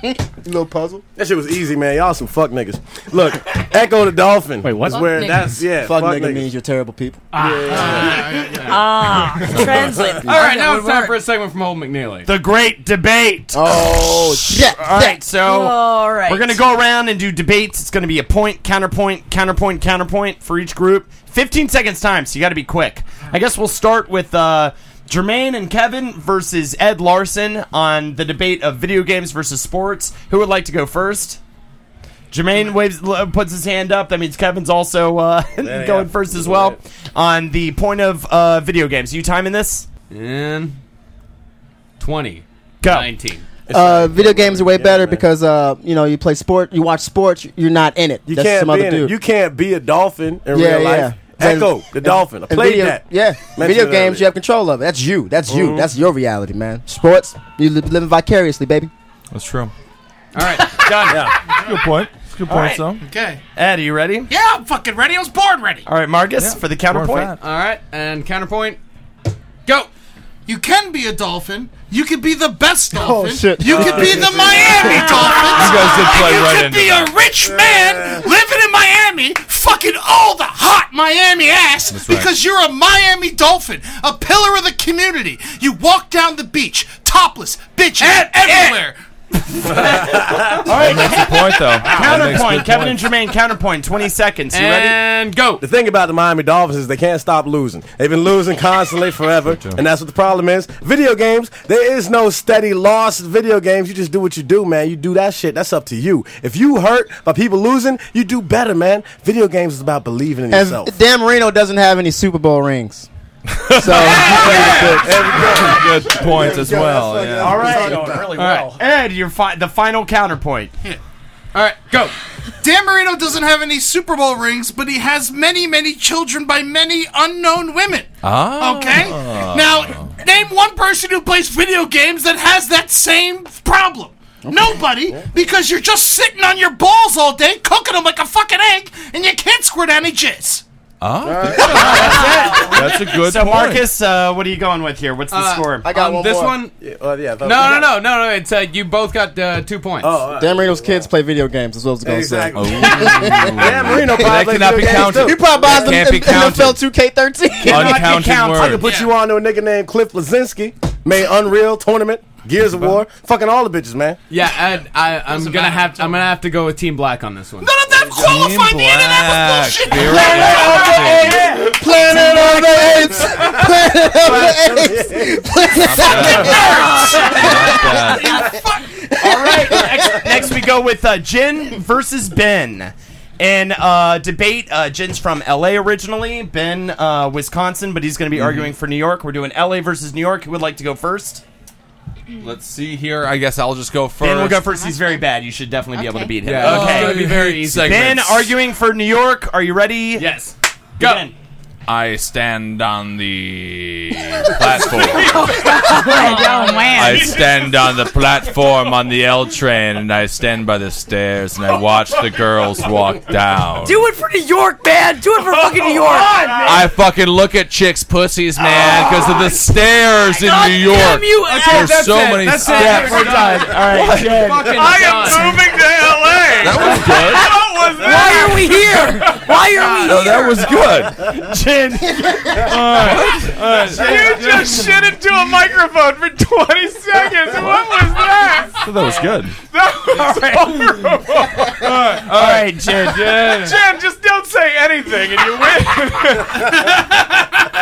S16: Little puzzle.
S10: That shit was easy, man. Y'all some fuck niggas. Look, Echo the Dolphin. Wait,
S16: what?
S10: That's where
S16: Fuck
S10: that's
S16: niggas.
S10: yeah.
S16: Fuck nigga means you're terrible people.
S8: Ah. Translate.
S6: All right, now it's time for a segment from Old McNeely.
S15: The great debate.
S16: Oh, shit.
S15: All right, so
S8: All right.
S15: we're going to go around and do debates. It's going to be a point, counterpoint, counterpoint, counterpoint for each group. 15 seconds time, so you got to be quick. I guess we'll start with uh, Jermaine and Kevin versus Ed Larson on the debate of video games versus sports. Who would like to go first? Jermaine waves, l- puts his hand up. That means Kevin's also uh,
S10: yeah.
S15: going first as well on the point of uh, video games. You timing this?
S6: And 20.
S15: Go.
S6: 19.
S11: Uh, video games are way better because uh, you know you play sport, you watch sports, you're not in it.
S10: You
S11: That's
S10: can't
S11: some
S10: be
S11: other
S10: in it.
S11: dude.
S10: You can't be a dolphin in real life. Echo the
S11: And-
S10: Dolphin. I
S11: and
S10: played
S11: video-
S10: that.
S11: Yeah,
S10: Mentioned
S11: video
S10: it
S11: games
S10: earlier.
S11: you have control of. it. That's you. That's you.
S10: Mhm.
S11: That's your reality, man. Sports, you li- living vicariously, baby.
S9: That's true.
S6: All right,
S15: done.
S9: Good point. Good point, son.
S12: Okay.
S15: Ed, are you ready?
S12: Yeah, I'm fucking ready. I was born ready.
S15: All right, Marcus, for the counterpoint.
S6: All right, and counterpoint. Go.
S12: You can be a dolphin. You could be the best dolphin.
S9: shit.
S12: You could be the Miami Dolphins.
S9: You guys did play
S12: you
S9: right
S12: could
S9: into
S12: be a rich man living in Miami, fucking all the hot Miami ass
S9: right.
S12: because you're a Miami Dolphin, a pillar of the community. You walk down the beach, topless, bitches everywhere.
S15: All right.
S9: makes a point, though. That makes a
S15: Counterpoint.
S9: good
S15: Kevin
S9: point.
S15: and Jermaine, counterpoint. 20 seconds. You ready?
S10: And go. The thing about the Miami Dolphins is they can't stop losing. They've been losing constantly forever, and that's what the problem is. Video games, there is no steady loss. in Video games, you just do what you do, man. You do that shit. That's up to you. If you hurt by people losing, you do better, man. Video games is about believing in
S16: And
S10: yourself.
S16: Dan Marino doesn't have any Super Bowl rings. So
S9: good points as well.
S6: uh,
S9: yeah.
S15: All right. All right. Ed, you're fi- the final counterpoint. All right. Go.
S12: Dan Marino doesn't have any Super Bowl rings, but he has many, many children by many unknown women.
S9: Ah.
S12: Okay? Now, name one person who plays video games that has that same problem. Nobody, because you're just sitting on your balls all day, cooking them like a fucking egg, and you can't squirt any jizz.
S9: Ah, That's a good
S15: so
S9: point.
S15: Marcus, uh, what are you going with here? What's the
S6: Uh,
S15: score?
S6: I got Um, one this more. one-
S10: Yeah, uh, yeah,
S6: No, no, no, no, no. It's uh, you both got uh, two points.
S16: Dan Marino's kids play video games as well as going
S10: Exactly. Oh.
S16: say.
S10: Dan Marino
S16: That
S10: probably
S16: cannot be counted. He probably buys them in- NFL
S10: 2K13.
S16: Uncounted word.
S10: I could put you on to a nigga named Cliff Lazinski, made Unreal Tournament, Gears of War, fucking all the bitches, man.
S6: Yeah, Ed, I, I'm gonna have I'm gonna have to go with Team Black on this one.
S12: None of them qualified. The internet was bullshit.
S2: Planet of the Apes! Planet of the Apes!
S15: All right. Next, next we go with uh, Jen versus Ben. In uh, debate, uh, Jen's from LA originally, Ben, uh, Wisconsin, but he's going to
S6: Mm-hmm.
S15: be arguing for New York. We're doing LA versus New York. Who would like to go first?
S9: Let's see here. I guess I'll just go first.
S15: Ben will go first. He's very bad. You should definitely be able to beat him.
S9: Yeah,
S15: okay.
S9: it's gonna be very easy.
S15: Ben
S9: Segments.
S15: arguing for New York. Are you ready? Yes. Go.
S9: I stand on the platform.
S2: oh,
S9: I stand on the platform on the L train, and I stand by the stairs, and I watch the girls walk down.
S8: Do it for New York, man. Do it for fucking New York.
S9: I fucking look at chicks' pussies, man, because of the stairs in New York.
S8: Oh damn you, Al.
S9: There's
S8: Okay,
S9: so
S8: that's it.
S9: many
S8: That's it.
S9: steps.
S8: We're done. All
S15: right,
S9: What?
S15: Jen.
S9: I am
S2: moving to LA! That was
S9: good.
S2: Why are we here? Why are we
S9: No,
S2: here?
S9: that was good.
S15: Jen.
S2: You just shit into a microphone for 20 seconds. What was that?
S9: That was good.
S2: That was horrible.
S15: All right, Jen.
S2: Jen, just don't say anything and you win.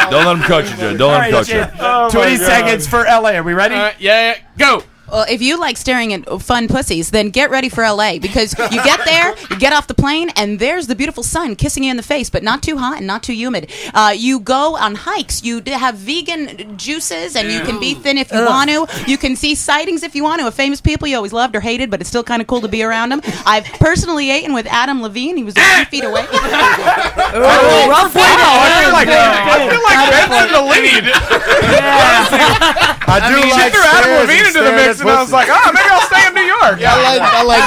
S9: Don't let him coach you, Jen.
S15: All
S9: Don't let him
S15: right,
S9: coach you.
S15: Jen. 20 seconds for LA. Are we ready?
S6: Uh,
S15: yeah, Go.
S13: Well, if you like staring at fun pussies, then get ready for LA because you get there, you get off the plane, and there's the beautiful sun kissing you in the face, but not too hot and not too humid. Uh, you go on hikes, you d- have vegan juices, and you can be thin if you
S8: Ugh.
S13: want to. You can see sightings if you want to of famous people you always loved or hated, but it's still kind of cool to be around them. I've personally eaten with Adam Levine, he was a few feet away.
S2: Oh, rough
S13: Wow,
S2: I feel like,
S13: I
S2: feel like Ben's in the lead.
S10: I do
S2: mean,
S10: like
S2: she threw Adam
S10: stairs
S2: Levine
S10: and
S2: into the mix,
S10: stairs
S2: and I was
S10: pussy.
S7: "Oh,
S2: like, ah, maybe I'll stay in New York.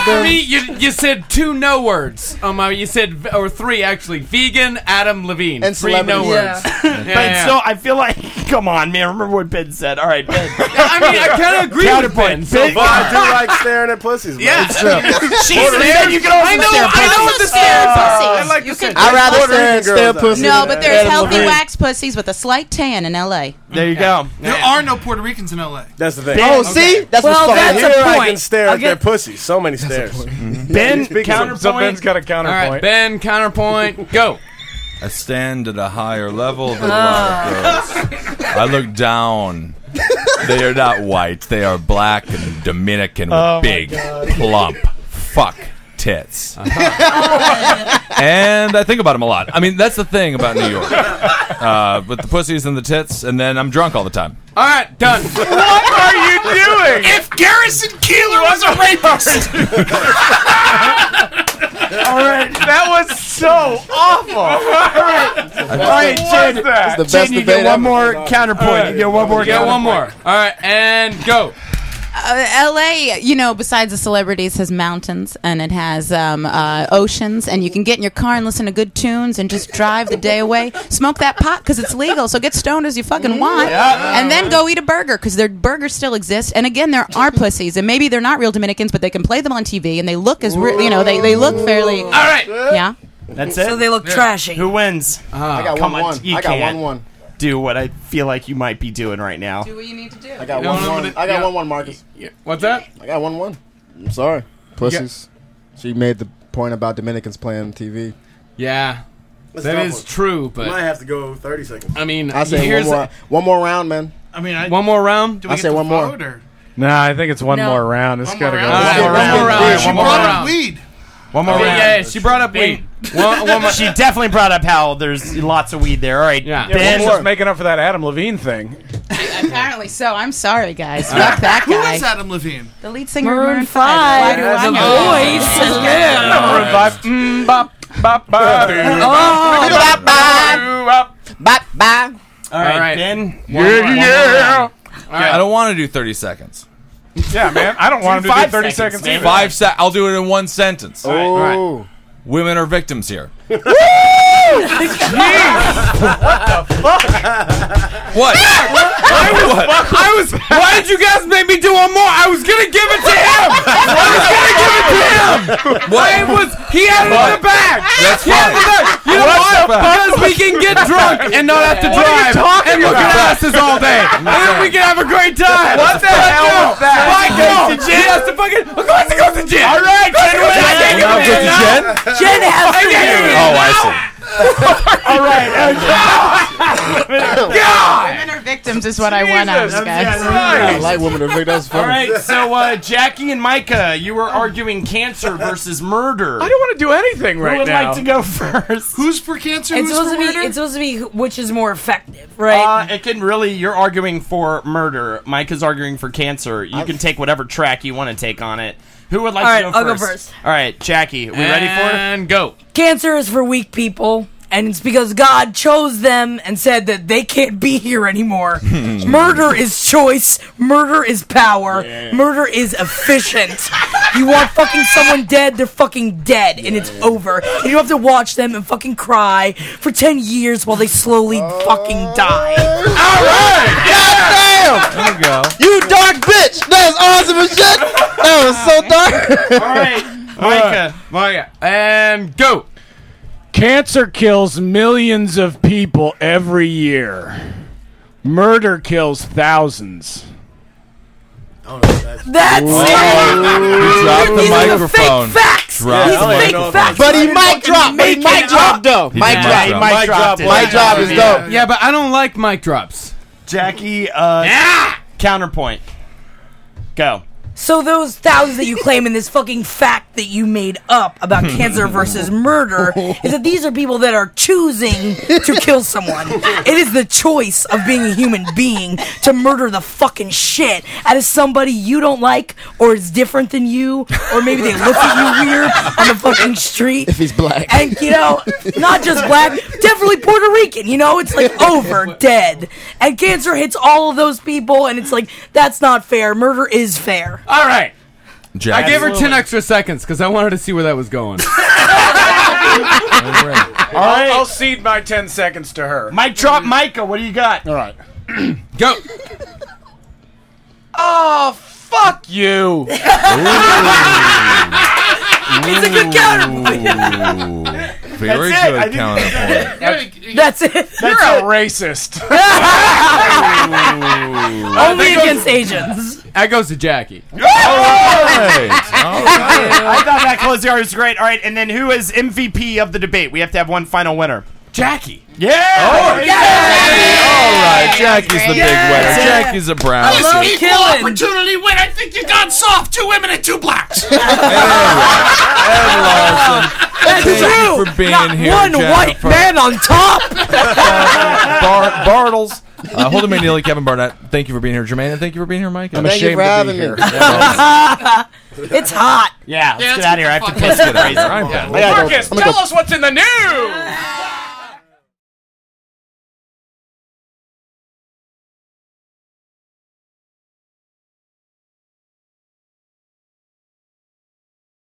S6: For Me, you, you said two no words. Um, uh, you said v- or three actually. Vegan, Adam Levine,
S15: And
S6: three no
S15: celebrity.
S6: words.
S15: Ben, still, I feel like, come on, man. Remember what Ben said. All right, Ben.
S6: I mean, I kind of agree with
S15: Counterpoint.
S6: Ben so
S15: Ben,
S6: far.
S10: I do like staring at pussies. Man.
S6: Yeah.
S10: it's true.
S6: She
S10: Puerto
S6: stared-
S10: Rican, you can also
S6: I know-
S10: stare
S6: I
S10: pussies.
S6: know the stare
S13: Oh,
S10: Uh,
S13: pussies.
S10: I like the stare-
S13: I'd rather
S10: Puerto
S13: stare
S10: Rican
S13: and
S10: girls,
S13: stare
S10: though.
S13: pussy No, but there's
S10: Adam
S13: healthy
S10: Levine.
S13: wax pussies with a slight tan in LA.
S15: There you go.
S12: There are no Puerto Ricans in LA.
S10: That's the thing.
S12: Ben- Oh, see? Okay. That's what's
S10: Well,
S12: fucking
S10: that's
S12: up.
S10: a
S12: Here I
S10: point. I can
S12: can
S10: stare at their pussy. So many stairs.
S15: Ben,
S10: counterpoint.
S9: so Ben's got a
S6: All right,
S9: counterpoint.
S6: ben, counterpoint. Go.
S9: I stand at a higher level than a lot of girls. I look down. They are not white. They are black and Dominican with
S2: Oh my
S9: big,
S2: God.
S9: plump, fuck tits. and I think about them a lot. I mean, that's the thing about New York. Uh, with the pussies and the tits, and then I'm drunk all the time.
S6: All right, done.
S2: what are you doing?
S12: If Garrison Keeler was a rapist.
S2: All right, that was so awful. All right,
S6: All
S2: All
S6: right,
S2: right,
S6: Jen.
S2: Jen, that?
S6: Jen, you get one more counterpoint. You get one more. You get one more. All
S9: counterpoint.
S6: right, and go.
S13: uh, LA, you know, besides the celebrities, has mountains and it has um, uh, oceans, and you can get in your car and listen to good tunes and just drive the day away. Smoke that pot because it's legal, so get stoned as you fucking want,
S2: Yeah.
S13: and then go eat a burger because their burgers still exist. And again, there are pussies, and maybe they're not real Dominicans, but they can play them on TV and they look as real. You know, they they look fairly. All
S15: right.
S13: Yeah.
S15: That's it.
S13: So they look Yeah. trashy.
S15: Who wins?
S7: Ah.
S13: I got
S15: come
S13: one,
S15: on,
S13: one.
S15: you
S13: I got one,
S15: can't
S13: one.
S15: Do what I feel like you might be doing right now.
S13: what you need to do.
S16: I got
S15: No,
S16: one
S15: no,
S16: one.
S15: but it-
S16: I got
S15: yeah.
S16: one one, Marcus.
S6: What's that?
S16: I got one one. I'm sorry, pussies. She made the point about Dominicans playing TV.
S6: Yeah,
S16: Let's
S6: that
S16: stop
S6: is
S16: it.
S6: true. But
S10: might have to go 30 seconds.
S6: I mean,
S16: I say one
S6: here's
S16: more, one more round, man.
S12: I mean, I,
S6: one more round.
S12: Do we
S16: I
S12: get
S16: say
S12: to
S16: one more.
S12: vote, or-
S7: Nah, I think it's one
S12: No.
S7: more round. It's gotta go.
S12: round? All right, one more round. She
S7: one more
S12: brought up
S7: round.
S12: weed.
S15: One more
S7: Okay,
S15: round.
S7: yeah,
S6: she brought up weed.
S15: One- one more- she definitely brought up how there's lots of weed there. All right,
S7: Yeah,
S15: Ben.
S7: Ben was making up for that Adam Levine thing.
S13: Apparently so. I'm sorry, guys. Fuck that
S12: Who
S13: guy.
S12: is Adam Levine?
S13: The lead singer
S12: Maroon
S13: of Maroon Five.
S12: Five. Has a voice.
S7: Maroon Five. Mm, bop, bop, bop.
S2: bop,
S7: bop,
S13: bop, bop.
S15: All
S7: right,
S15: right,
S7: Ben.
S15: Ben.
S7: Yeah, yeah.
S9: I don't want to do 30 seconds.
S7: Yeah, man. I don't want him to do 30 seconds. either.
S9: Five sec. I'll do it in one sentence.
S7: All right. Oh.
S9: Women are victims here. What?
S2: I was, I was. Why did you guys make me do one more? I was gonna give it to him. I was gonna give it to him.
S9: What?
S2: I was. He had it in the back.
S9: That's
S2: he had it in the back. You know
S9: What
S2: why?
S9: the fuck?
S2: Because we can get drunk and not have to
S9: What are you
S2: drive
S9: talking
S2: and look
S9: about?
S2: at asses all day, and then we can have a great time.
S9: What the hell was that?
S2: My God,
S9: Goes to
S2: Jen
S9: Jen?
S2: has to fucking. Of course, it goes to Jen. All right, Jen wins. I can't give
S9: Now
S2: it
S9: goes to Jen?
S2: Jen has to
S9: Oh, I see.
S2: All right. God.
S13: Women are victims is what I want out of you guys.
S16: I like women to think that's funny.
S15: All right, so uh, Jackie and Micah, you were arguing cancer versus murder.
S7: I don't want to do anything
S15: Who
S7: right
S15: would
S7: now.
S15: like to go first?
S12: Who's for cancer?
S8: It's
S12: who's
S8: supposed
S12: for
S8: to be.
S12: murder?
S8: It's supposed to be who- which is more effective, right?
S15: Uh, it can really. You're arguing for murder. Micah's arguing for cancer. You can take whatever track you want to take on it. Who would like
S8: All
S15: to
S8: right,
S15: go
S8: I'll go
S15: first?
S8: first.
S15: All right, Jackie, we ready for it?
S8: And
S6: go.
S8: Cancer is for weak people, and it's because God chose them and said that they can't be here anymore. Murder is choice. Murder is power. Murder is efficient. you want fucking someone dead, they're fucking dead, and it's over. And you have to watch them and fucking cry for 10 years while they slowly fucking die. All right!
S16: Damn!
S9: There you go.
S16: You dark bitch! That was awesome as shit! That was so dark!
S15: Micah.
S7: Uh, Micah. And go. Cancer kills millions of people every year. Murder kills thousands.
S8: That's
S7: it.
S9: Drop the
S7: These are the fake
S9: microphone.
S8: facts.
S9: Drop
S16: He's
S9: the
S16: fake
S9: microphone.
S16: facts. But he mic dropped. But he mic dropped though.
S9: He
S16: Mic
S9: did
S16: drop.
S9: mic
S16: Mic drop. Mic drop is dope.
S6: Yeah, but I don't like mic drops.
S15: Jackie, uh, counterpoint. Go.
S8: So those thousands that you claim in this fucking fact that you made up about cancer versus murder is that these are people that are choosing to kill someone. It is the choice of being a human being to murder the fucking shit out of somebody you don't like or is different than you or maybe they look at you weird on the fucking street. If
S16: he's black.
S8: And you know, not just black, definitely Puerto Rican. You know, it's like over, dead, and cancer hits all of those people, and it's like that's not fair. Murder is fair.
S6: All right.
S9: Jack.
S6: I gave her 10 extra seconds because I wanted to see where that was going.
S7: All right. I'll, I'll cede my 10 seconds to her.
S15: Mic drop, Micah. What do you got? All
S7: right.
S6: Go.
S7: oh, fuck you.
S8: It's a good
S9: counterpoint. Very
S7: That's it. I
S9: good
S7: didn't-
S9: counterpoint.
S8: That's it.
S7: You're a racist.
S8: Only against Asians.
S6: That goes to Jackie.
S16: Oh,
S9: Oh,
S15: I thought that closed the was great. All right, and then who is MVP of the debate? We have to have one final winner.
S6: Jackie.
S15: Yeah.
S9: Oh, All right, Jackie's the big
S12: Yeah.
S9: winner. Jackie's a brown.
S12: This equal opportunity win. I think you got soft. Two women and two blacks.
S8: That's
S9: Thank
S8: true.
S9: you for being
S8: Not
S9: here,
S8: one
S9: Jennifer.
S8: white man on top.
S9: Bar- Bartles. Uh, Holden Manili, Kevin Barnett. Thank you for being here, Jermaine, and thank you for being here, Mike.
S16: I'm Thank you ashamed for to be having here. me.
S8: it's hot.
S15: Yeah, let's
S9: Yeah,
S15: get out of here. I have to piss
S9: Let's get
S15: the
S9: out of here. I'm
S15: razor.
S9: done.
S15: I gotta go-
S7: Marcus,
S15: I'm gonna
S7: tell
S15: go-
S7: us what's in the news.